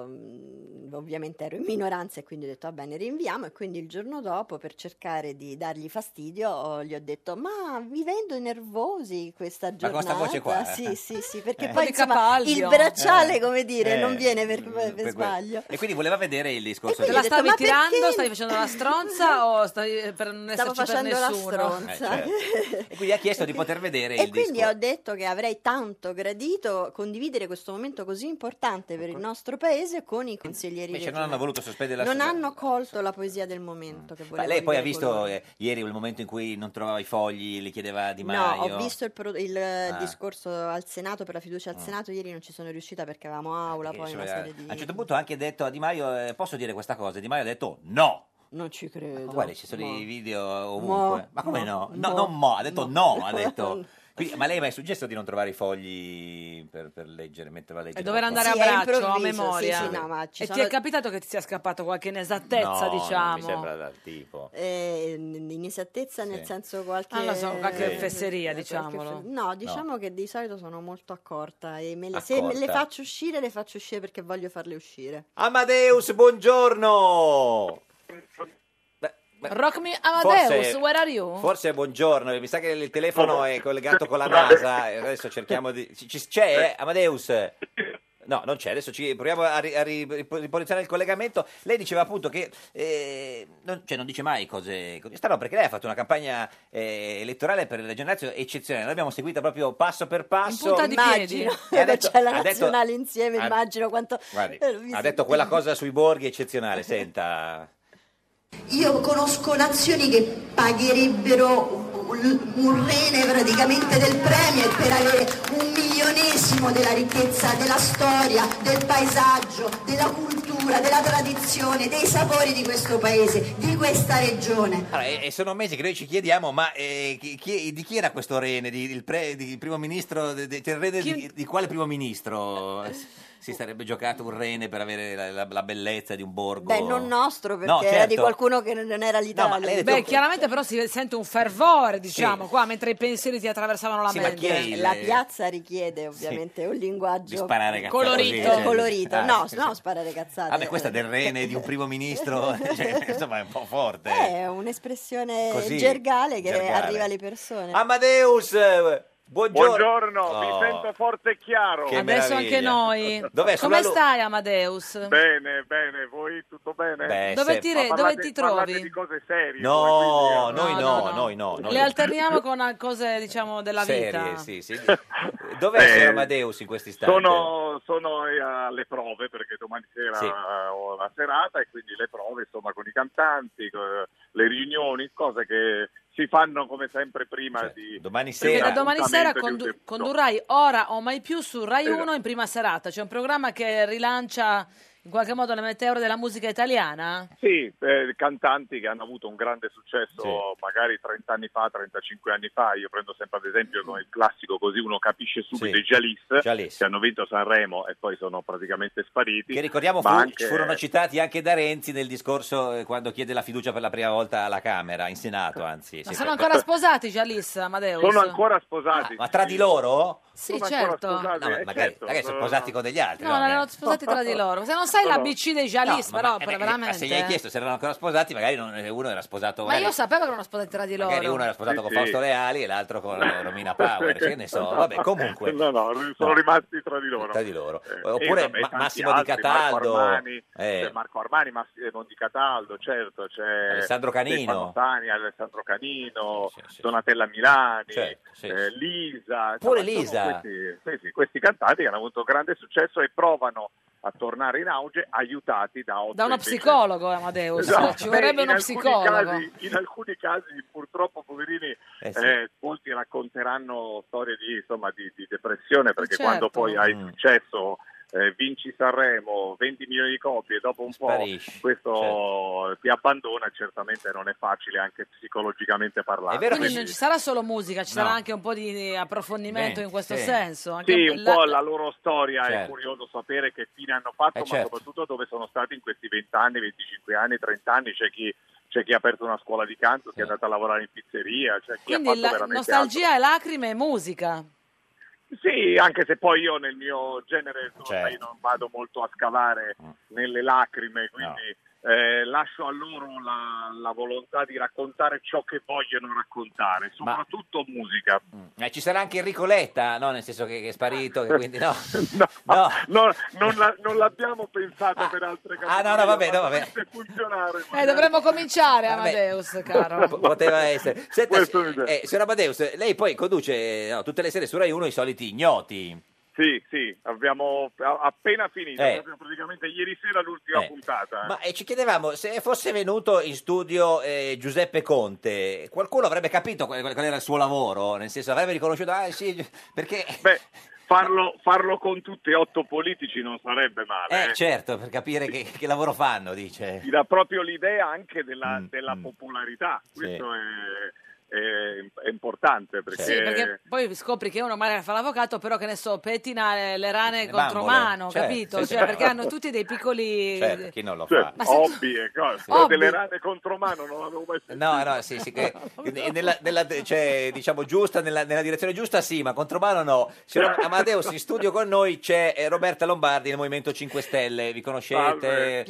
H: mm, ovviamente ero in minoranza e quindi ho detto va bene rinviamo e quindi il giorno dopo per cercare di dargli fastidio oh, gli ho detto ma vi vendo nervosi
B: Ma
H: questa
B: con
H: giornata.
B: sta voce qua?
H: Sì, sì,
B: <laughs>
H: sì, perché
B: Eh.
H: poi
B: Di
H: insomma,
A: Capalbio.
H: il bracciale
B: Eh.
H: come dire
B: Eh.
H: non viene per, per
B: per quello.
H: sbaglio.
B: E quindi voleva vedere il discorso
A: Te
B: di
H: Gli
A: la
H: ho detto,
A: stavi
H: "Ma
A: tirando,
H: perché?"
A: stavi facendo
H: <laughs>
A: la stronza o stai eh, per non
H: Stavo
A: esserci per
H: facendo la
A: nessuno?
H: stronza.
B: Eh,
H: <laughs>
B: certo. E quindi ha chiesto di poter vedere
H: E
B: il
H: quindi
B: discorso.
H: ho detto che avrei tanto gradito condividere questo momento così importante per il nostro paese con i consiglieri
B: Ecco. Invece non
H: regionali.
B: hanno voluto sospendere la
H: Non
B: seduta.
H: hanno colto la poesia del momento che
B: Ma
H: volevo
B: lei poi ha
H: vivere
B: visto
H: con loro.
B: eh, ieri il momento in cui non trovava i fogli, li chiedeva Di
H: No,
B: Maio.
H: ho visto il, pro- il, eh,
B: Ah. Mm.
H: discorso al Senato per la fiducia al Senato, ieri non ci sono riuscita perché avevamo aula,
B: Che,
H: poi
B: insomma,
H: una serie di...
B: A un certo punto ha anche detto a Di Maio, eh, posso dire questa cosa? Di Maio ha detto no.
H: Non ci credo.
B: Ma guarda, ci sono
H: Ma-
B: i video ovunque.
H: Mo,
B: ma come no?
H: mo,
B: No,
H: mo,
B: non mo, ha detto
H: mo.
B: no,
H: <laughs>
B: ha detto. Quindi- ma lei mi ha suggerito di non trovare i fogli per, per leggere, mentre va a leggere?
A: E dover andare
H: Sì, è
A: a braccio, a
H: improvviso,
A: memoria.
H: sì, sì, no, ma ci
A: e
H: sono-
A: ti è capitato che ti sia scappato qualche inesattezza,
B: No, Non mi
A: diciamo?
B: sembra dal tipo.
H: Eh, n- inesattezza nel
B: Sì.
H: senso qualche...
A: Ah, non lo so, qualche
H: eh,
A: fesseria,
H: qualche
A: diciamolo.
H: fe- No, diciamo che di solito sono molto accorta e me le- se me
B: Accorta.
H: le faccio uscire, le faccio uscire perché voglio farle uscire.
B: Amadeus, buongiorno!
A: Rock me Amadeus,
B: Forse-
A: where are you?
B: Forse buongiorno, mi sa che il telefono è collegato con la NASA, e adesso cerchiamo di... ci- ci- C'è, eh, Amadeus? Eh, No, non c'è, adesso ci proviamo a, ri- a ri- riposizionare il collegamento. Lei diceva appunto che eh, non, cioè non dice mai cose cose strane, perché lei ha fatto una campagna eh, elettorale per il Regione Lazio eccezionale, l'abbiamo seguita proprio passo per passo.
H: punta di piedi. Immagino, c'è la
B: ha detto-
H: nazionale insieme,
B: ha-
H: immagino quanto...
B: guardi,
H: eh, vi
B: ha detto quella cosa sui borghi eccezionale, senta.
I: Io conosco nazioni che pagherebbero un un rene praticamente del premier per avere un milionesimo della ricchezza della storia, del paesaggio, della cultura, della tradizione, dei sapori di questo paese, di questa regione.
B: Allora, e, e sono mesi che noi ci chiediamo, ma eh, chi- chi- di chi era questo rene? Di, il, pre- di- il primo ministro, de- de- cioè il rene di, di quale primo ministro eh, si sarebbe giocato un rene per avere la, la- la bellezza di un borgo?
H: Beh, non nostro, perché
B: No,
H: era di
B: certo.
H: qualcuno che non era l'Italia.
B: lei ha detto-
A: Beh, chiaramente però si sente un fervore, diciamo, qua, mentre i pensieri ti attraversavano la
B: Sì, ma chi
A: mente.
B: è il-
H: La piazza richiede ovviamente un linguaggio
B: Di sparare cazzate
H: colorito,
B: così, cioè.
H: colorito.
B: Ah,
H: no,
B: sì,
H: no, sparare cazzate.
B: Vabbè, questa del rene di un
A: <laughs>
B: primo ministro, <laughs> cioè, insomma, è un po' forte.
A: Eh.
H: è un'espressione
B: Così,
H: gergale che
B: gergale. Ah,
H: arriva alle persone.
B: Amadeus, eh, buongiorno.
P: Buongiorno,
B: Oh,
P: mi sento forte e chiaro.
B: Che
A: Adesso
B: meraviglia.
A: anche noi.
B: Dov'è? Sulla
A: Come
B: lu-
A: stai, Amadeus?
P: Bene, bene, voi tutto bene?
B: Beh, Dove se- ti re-
P: Ma
A: dove
P: parlate-
A: ti
P: parlate
A: trovi?
P: di cose serie.
B: No,
P: voi,
B: noi
P: quindi, eh.
B: no, noi no. noi
A: Le
B: no.
A: alterniamo con a- cose, diciamo, della
B: Serie,
A: vita.
B: sì, sì. Dov'è
P: Eh,
B: signor Amadeus in questi istanti?
P: Sono, sono eh, alle prove perché domani sera
B: Sì.
P: eh, ho la serata e quindi le prove insomma con i cantanti, co- le riunioni, cose che si fanno come sempre prima di
B: Cioè, domani
A: Perché da domani sera condu- condurrai ora o mai più su Rai
P: Esatto.
A: 1 in prima serata. C'è un programma che rilancia in qualche modo le meteore della musica italiana.
P: Sì, eh, cantanti che hanno avuto un grande successo magari 30 anni fa, 35 anni fa, io prendo sempre ad esempio come il classico così uno capisce subito
B: Sì.
P: i Jalis, che hanno vinto Sanremo e poi sono praticamente spariti.
B: Che ricordiamo
P: ma
B: fu-
P: anche-
B: furono citati anche da Renzi nel discorso eh, quando chiede la fiducia per la prima volta alla Camera, in Senato anzi.
A: Ma
B: sì,
A: sono
B: sì.
A: ancora sposati, Gialis, Amadeus?
B: Sono
P: ancora sposati.
B: Ah, Ma tra di loro?
A: Sì, Sono ancora certo. sposati,
B: No, ma
P: eh,
B: magari,
P: certo.
B: magari sono sposati con degli altri.
A: No, non erano sposati tra di loro. Se non sai la
B: No,
A: BC dei
B: No,
A: Gialis,
B: ma-
A: però,
B: eh,
A: però,
B: eh,
A: veramente.
B: ma se gli hai chiesto se erano ancora sposati, magari non- eh, uno era sposato.
A: Ma
B: magari-
A: io sapevo che erano sposati tra di loro.
B: Magari uno era sposato
P: Sì,
B: con
P: sì.
B: Fausto Leali e l'altro con eh,
P: <laughs>
B: Romina Power, che ne so. Vabbè, comunque.
P: No, no, sono rimasti tra di loro.
B: Tra di loro.
P: Eh,
B: Oppure
P: e vabbè,
B: Ma-
P: tanti
B: Massimo
P: altri,
B: Di Cataldo.
P: Marco Armani,
B: eh,
P: c'è Marco Armani, Massimo Di Cataldo, certo, c'è
B: Alessandro Canino.
P: Stefano Tani, Alessandro Canino, Donatella Milani,
B: Certo.
P: eh, Lisa,
B: Pure
P: insomma,
B: Lisa.
P: sono Questi, sì, sì, questi cantanti che hanno avuto grande successo e provano a tornare in auge aiutati da, otto
A: Da uno
P: invece-
A: psicologo, Amadeus.
P: Esatto.
A: Ci vorrebbe
P: Beh, in
A: uno
P: alcuni
A: psicologo.
P: casi- in alcuni casi, purtroppo, poverini,
B: Eh sì.
P: eh, molti racconteranno storie di, insomma, di, di depressione
A: Eh,
P: perché
B: Certo.
P: quando poi hai
B: Mm.
P: successo. eh, vinci Sanremo, 20 milioni di copie, dopo un
B: Sparisci, certo.
P: po' questo ti abbandona, certamente non è facile anche psicologicamente parlare.
A: Ah, Quindi non ci sarà solo musica, ci
P: No.
A: sarà anche un po' di approfondimento in questo senso. Anche
P: Sì, un
A: la-
P: po' la loro storia, è
A: Certo.
P: curioso sapere che fine hanno fatto,
B: Eh,
P: ma
B: certo.
P: soprattutto dove sono stati in questi 20 anni, 25 anni, 30 anni, c'è chi, c'è chi ha aperto una scuola di canto, chi è andato a lavorare in pizzeria, c'è chi ha
A: Quindi
P: fatto
A: la-
P: veramente
A: nostalgia e lacrime e musica.
P: altro. Sì, anche se poi io nel mio genere tu lo sai,
B: Certo. Mm.
P: non vado molto a scavare nelle lacrime, quindi... eh, lascio a loro la, la volontà di raccontare ciò che vogliono raccontare, soprattutto musica.
B: Eh, ci sarà anche Enrico Letta, no? Nel senso che, che è sparito, che quindi no.
P: <laughs> No, non, la- non l'abbiamo pensato per altre
B: Ah,
P: categorie.
B: no, no, vabbè,
P: ma
B: no, vabbè.
P: dovrebbe funzionare.
A: Eh, dovremmo cominciare, Amadeus,
B: P-
A: caro.
B: <laughs> poteva essere. Senta, eh, signor Amadeus, lei poi conduce eh, no, tutte le sere su Rai 1 i soliti ignoti.
P: Sì, sì, abbiamo a- appena finito,
B: Eh.
P: proprio praticamente ieri sera l'ultima
B: Eh.
P: puntata.
B: Ma eh, ci chiedevamo se fosse venuto in studio eh, Giuseppe Conte, qualcuno avrebbe capito qual, qual era il suo lavoro, nel senso avrebbe riconosciuto, ah sì, gi- perché...
P: <laughs> Beh, farlo, farlo con tutti e otto politici non sarebbe male.
B: Eh, certo, per capire che, che lavoro fanno, dice.
P: Ti dà proprio l'idea anche della,
B: Mm,
P: della popolarità. Questo è, è- è importante perché...
A: Sì, perché poi scopri che uno magari fa l'avvocato, però che ne so, pettina le, le rane contro
B: bambole,
A: mano,
B: certo,
A: capito?
B: sì,
A: cioè,
B: sì.
A: perché hanno tutti dei piccoli...
B: Certo, chi non lo
P: Cioè,
B: fa?
A: Ma se tu-
P: hobby e cose.
A: Hobby.
P: Delle rane contro mano non l'avevo mai sentito.
B: No, no, sì, sì, che- e nella, nella- cioè, diciamo giusta, nella, nella direzione giusta sì, ma contro mano no. Signor Amadeus, in studio con noi c'è eh, Roberta Lombardi del Movimento 5 Stelle, vi conoscete?
P: Salve. Salve.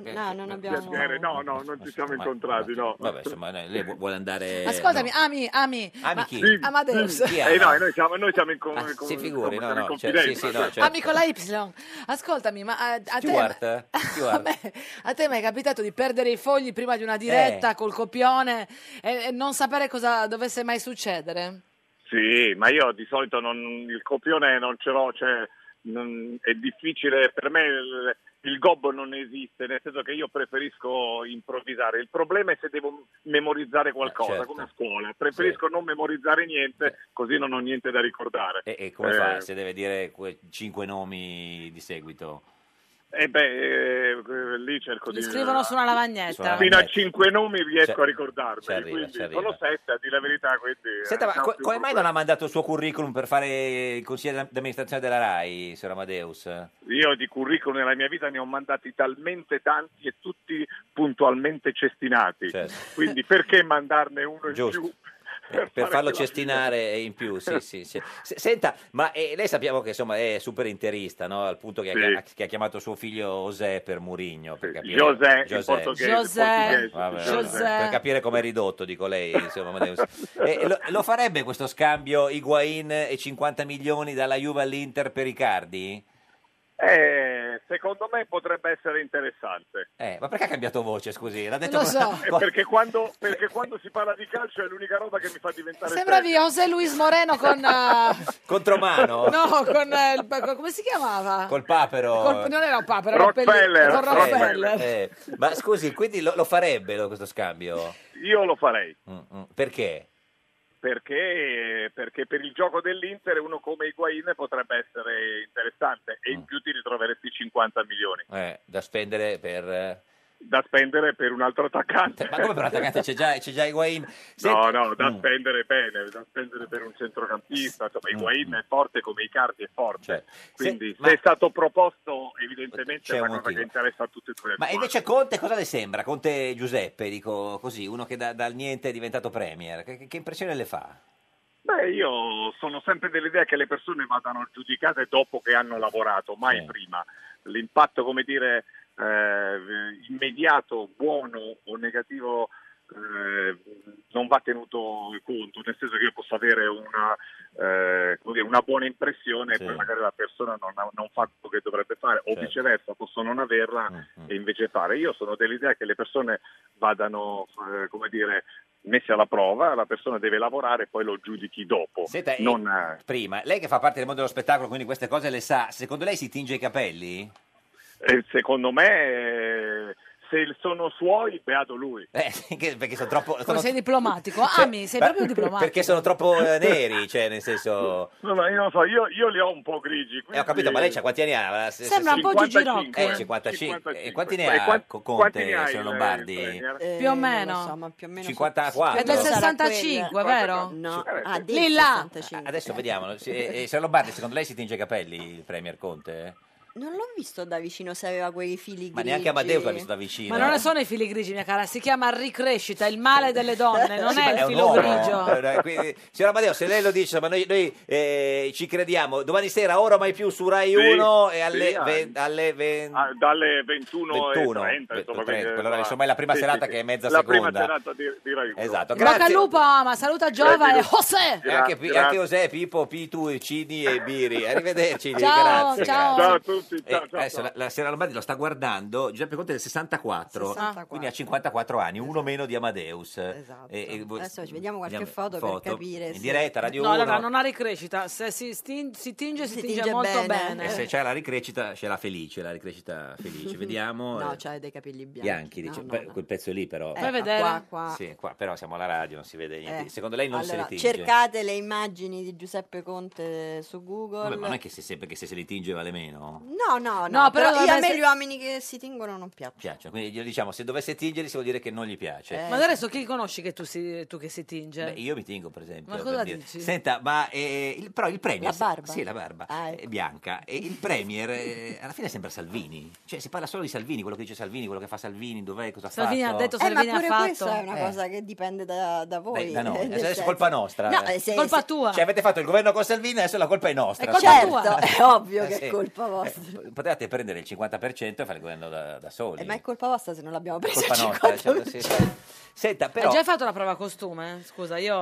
H: Piacere, no, non abbiamo...
P: Piacere. No, no, non ci siamo incontrati, no.
B: Vabbè, insomma, lei vu- vuole andare...
A: Ascolta, Ascoltami, ami, ami.
B: Eh, Ami
A: ma-
B: chi?
A: Amadeus.
P: Eh, no, noi siamo, noi siamo in con,
B: Ah,
P: con-
B: si figuri, no,
P: siamo in
B: no, cioè, sì,
P: confidenza,
B: sì, no,
P: cioè.
B: cioè-
A: Ami con la Y. Ascoltami, ma a, a te, <laughs>
B: Stewart? Stewart.
A: a te mi è capitato di perdere i fogli prima di una diretta
P: Eh.
A: col copione e, e non sapere cosa dovesse mai succedere?
P: Sì, ma io di solito non- il copione non ce l'ho, cioè, non- è difficile, per me il, il gobbo non esiste, nel senso che io preferisco improvvisare. Il problema è se devo memorizzare qualcosa,
B: certo. Eh.
P: come a scuola, preferisco non memorizzare niente, così non ho niente da ricordare.
B: E, e come
P: Eh,
B: fa se deve dire que- cinque nomi di seguito?
P: E beh, eh, lì cerco
A: Li
P: di...
A: scrivono su una lavagnetta.
P: Fino a cinque nomi riesco
B: Ci-
P: a
B: ci
P: ricordarmi,
B: arriva,
P: quindi
B: ci arriva.
P: sono sette, a dire la verità, quindi...
B: Senta,
P: eh,
B: ma
P: c'è un
B: co-
P: più
B: come mai
P: problema.
B: non ha mandato il suo curriculum per fare il consigliere d'am- d'amministrazione della RAI, signor Amadeus?
P: Io di curriculum nella mia vita ne ho mandati talmente tanti e tutti puntualmente cestinati. Quindi perché mandarne uno
B: Certo. Giusto.
P: in più?
B: Eh, Per farlo cestinare in più, sì, sì.
P: <laughs>
B: sì. Se- Senta, ma eh, lei sappiamo che insomma è super interista, no? Al punto che,
P: Sì.
B: ha, che ha chiamato suo figlio José per Murigno, per capire...
P: José, in portoghese,
A: José. portoghese,
B: Vabbè,
A: José.
B: Per capire com'è ridotto, dico lei, insomma,
P: <laughs>
B: Amadeus. Eh, lo, lo farebbe questo scambio Higuain e 50 milioni dalla Juve all'Inter per Icardi?
P: Eh, secondo me potrebbe essere interessante.
B: Eh, ma perché ha cambiato voce, scusi? L'ha detto
A: Lo
B: con- <laughs>
A: so.
P: Eh, perché, quando, perché quando si parla di calcio è l'unica roba che mi fa diventare
A: Sembravi
P: serio.
A: José Luis Moreno con... eh,
B: Contromano?
A: no, con... eh, il- co- come si chiamava?
B: Col papero?
A: Col- non era un papero, era un pelli- con Rockefeller.
B: Eh, ma scusi, quindi lo, lo farebbe lo- questo scambio?
P: Io lo farei.
B: Mm, mm, Perché?
P: Perché, perché per il gioco dell'Inter uno come Higuain potrebbe essere interessante
B: Mm.
P: e in più ti ritroveresti 50 milioni
B: Eh, da spendere per... eh,
P: da spendere per un altro attaccante.
B: Ma come per attaccante c'è già, c'è già <laughs> Higuain?
P: No,
B: mm.
P: no, da spendere bene, da spendere per un centrocampista, insomma
B: mm,
P: Higuain è forte come Icardi è forte, quindi se, è stato proposto evidentemente
B: Cioè, C'è
P: è
B: un
P: una cosa
B: motivo.
P: che interessa a tutti e due. le
B: Ma
P: squadre.
B: invece Conte cosa le sembra? Conte Giuseppe, dico così, uno che da- dal niente è diventato premier. Che, che- che impressione le fa?
P: Beh, io sono sempre dell'idea che le persone vadano giudicate dopo che hanno lavorato, mai prima. L'impatto, come dire, eh, immediato, buono o negativo eh, non va tenuto conto, nel senso che io posso avere una, eh, come dire, una buona impressione e poi magari la persona non, ha- non fa quello che dovrebbe fare o viceversa, posso non averla e invece fare. Io sono dell'idea che le persone vadano, eh, come dire, messi alla prova, la persona deve lavorare e poi lo giudichi dopo.
B: Senta, e-
P: Non, eh,
B: Prima, lei che fa parte del mondo dello spettacolo, quindi queste cose le sa, secondo lei si tinge i capelli?
P: eh, secondo me, eh, se sono suoi, beato lui.
B: Eh, <laughs> sì, che- perché sono troppo...
A: Come
B: sono-
A: sei diplomatico? Ami, sei proprio diplomatico.
B: perché sono troppo
A: <laughs>
B: eh, neri, cioè nel senso...
P: No, ma io non so, io, io li ho un po' grigi.
B: Eh, ho capito, ma lei c'ha quanti anni ha? Se- se-
A: Sembra un po' Gigi 55. Rocco.
B: Eh, 55. E quanti ne
P: E
B: ha
P: quanti-
B: Co-
P: quanti
B: Conte,
P: ne hai,
B: signor
P: eh,
B: Lombardi?
A: Più
H: non lo
A: o meno.
H: so, ma più o meno
B: 54.
A: È del 65, vero?
H: No, ah, del
A: Lì là.
H: 65.
B: Ah, Adesso vediamolo. Si- eh, eh, signor Lombardi, secondo lei si tinge i capelli il Premier Conte?
H: Non l'ho visto da vicino se aveva quei fili grigi.
B: Ma neanche Amadeus l'ha visto da vicino.
A: Ma non ne sono i fili grigi, mia cara, si chiama ricrescita, il male delle donne, non
B: Eh, Sì, ma
A: è il
B: un
A: filo
B: uomo.
A: grigio.
B: Eh, eh, quindi, signor Amadeo, se lei lo dice, ma noi, noi, eh, ci crediamo. Domani sera, ora o mai più, su Rai
P: Sì,
B: 1
P: sì,
B: e alle,
P: ah.
B: ve- alle ve-
P: Ah, dalle 21,
B: 21,
P: e 30, insomma,
B: 21,
P: quindi,
B: quella-
P: eh,
B: insomma, è la prima
P: sì,
B: serata
P: sì,
B: che è mezza
P: la
B: seconda.
P: prima serata di, di Rai Uno.
B: Esatto,
A: Bocca al
B: grazie.
A: lupo, ma saluta Giova e José.
B: E anche,
P: Grazie.
B: anche José, Pippo, Pitu, Cini e Biri. Arrivederci.
A: Ciao,
B: grazie,
A: ciao.
B: grazie.
A: Ciao a
P: tutti.
B: Eh, adesso La, la signora Lombardi lo sta guardando. Giuseppe Conte è del 64,
H: 64.
B: quindi ha 54 anni, uno meno di Amadeus. Esatto.
H: Adesso ci vediamo qualche foto per capire
B: In
H: se-
B: diretta, Radio
A: No,
B: 1.
A: allora non ha ricrescita, se si, stin- si tinge si,
H: Si
A: tinge,
H: tinge
A: molto
H: bene.
A: bene.
B: E Eh, se c'è la ricrescita, c'è la felice, la ricrescita
H: <laughs>
B: felice. Vediamo.
H: No,
B: eh,
H: c'hai dei capelli
B: Bianchi,
H: bianchi.
B: dice,
H: No, no,
B: beh,
H: no.
B: quel pezzo lì però.
H: Eh, Fai ma vedere. qua, qua.
B: Sì, qua, però siamo alla radio, non si vede niente.
H: Eh.
B: Secondo lei non
H: Allora,
B: se le tinge?
H: Cercate le immagini di Giuseppe Conte su Google.
B: Vabbè, ma non è che se, se- perché se se li tinge vale meno.
H: No, no, no,
A: No,
H: però, io
A: però dovrebbe
H: a me
A: essere-
H: gli uomini che si tingono non piacciono.
B: Piacciono. Quindi glielo diciamo, se dovesse tingerli si vuol dire che non gli piace.
H: Eh.
A: Ma adesso chi conosci che tu, si- tu che si tinge?
B: Beh, io mi tingo, per esempio.
A: Ma
B: per
A: cosa
B: dire.
A: dici?
B: Senta, ma eh, il- però il premier.
A: La barba? Ah, ecco.
B: Sì, la barba. È bianca. E il premier eh, alla fine sembra Salvini. Cioè, si parla solo di Salvini, quello che dice Salvini, quello che fa Salvini, dov'è, cosa
A: Salvini
B: ha
A: ha
B: fatto.
A: detto
H: Eh, ma
A: Salvini ha
H: pure
A: fatto.
H: questa è una
B: Eh.
H: cosa che dipende da, da voi.
B: Beh, da noi.
H: <laughs> nel
B: Adesso, adesso
H: senso-
B: è colpa nostra. Cioè,
H: No, eh, se-
B: Colpa
H: se-
B: tua. Cioè, avete fatto il governo con Salvini, adesso la colpa è nostra.
H: Certo, è ovvio che
B: Eh, sì.
H: è colpa vostra.
B: <laughs> Potevate prendere il 50% e fare il governo da, da soli.
H: Eh, ma è colpa vostra se non l'abbiamo preso.
B: colpa nostra. certo, sì, sì. Senta, però...
A: Hai già fatto la prova a costume? eh? Scusa, io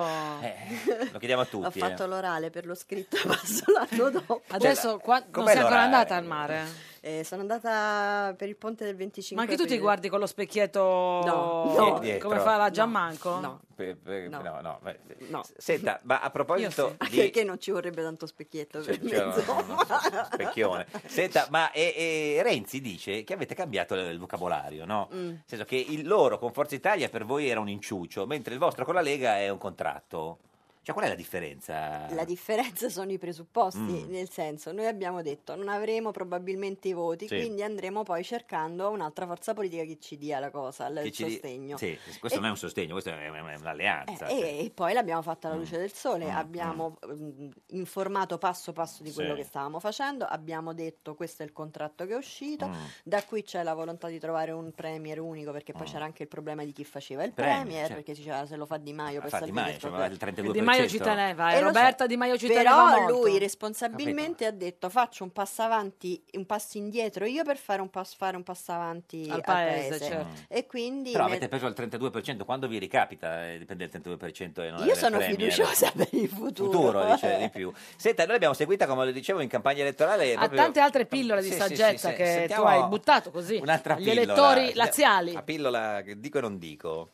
B: Lo chiediamo a
H: Ho
B: tutti. eh. Cioè,
H: fatto l'orale per lo scritto, <laughs> passo l'anno dopo.
A: Adesso qua- non sei ancora andata al mare?
H: Eh, sono andata per il ponte del 25
A: Ma anche tu ti
H: aprile.
A: guardi con lo specchietto
H: No, no.
B: Dietro.
A: come fa la
B: No,
A: Giammanco? No.
B: Pe- pe- no. no, beh,
H: No.
B: Senta, ma a proposito
H: Anche
B: di...
H: perché non ci vorrebbe tanto specchietto
B: Cioè,
H: per
B: cioè,
H: me,
B: no,
H: insomma.
B: Specchione. Senta, ma eh, eh, Renzi dice che avete cambiato il, il vocabolario, no?
H: <laughs> Mm.
B: Nel senso che il loro con Forza Italia per voi era un inciucio, mentre il vostro con la Lega è un contratto. Cioè, qual è la differenza?
H: La differenza sono i presupposti,
B: Eh. Mm.
H: nel senso, noi abbiamo detto non avremo probabilmente i voti,
B: Sì.
H: quindi andremo poi cercando un'altra forza politica che ci dia la cosa, il
B: Che ci di-
H: sostegno.
B: Sì, questo
H: E-
B: non è un sostegno, questo è, è
H: Eh,
B: un'alleanza. cioè.
H: e, e poi l'abbiamo fatta alla luce del sole,
B: mm,
H: abbiamo mm, informato passo passo di quello
B: Sì.
H: che stavamo facendo, abbiamo detto questo è il contratto che è uscito,
B: Mm.
H: da qui c'è la volontà di trovare un premier unico perché poi
B: Mm.
H: c'era anche il problema di chi faceva il
B: Premier,
H: premier,
B: certo.
H: perché si diceva se lo fa Di Maio per
B: Fa Di
H: Salvini
B: Maio,
H: è
B: cioè,
H: proprio-
B: il 32%.
A: Di Maio ci teneva, eh,
H: E lo so,
A: Roberta Di Maio ci teneva
H: Però
A: molto.
H: lui responsabilmente ha detto faccio un passo avanti, un passo indietro io per fare un passo, fare un passo avanti
A: Al
H: al
A: paese,
H: paese.
A: certo.
H: E quindi
B: Però
H: nel-
B: avete preso il 32%, quando vi ricapita? Eh, dipende dal 32%. E non
H: Io
B: del
H: sono
B: Premier.
H: fiduciosa <laughs> per il futuro.
B: Futuro, dice di più. Senta, noi abbiamo seguita, come lo dicevo, in campagna elettorale.
A: Ha
B: proprio-
A: tante altre pillole
B: Sì,
A: di
B: sì,
A: saggezza
B: sì, sì.
A: che
B: Sentiamo
A: tu hai buttato così
B: Un'altra
A: agli
B: pillola.
A: elettori
B: Sentiamo-
A: laziali.
B: La pillola che dico e non dico.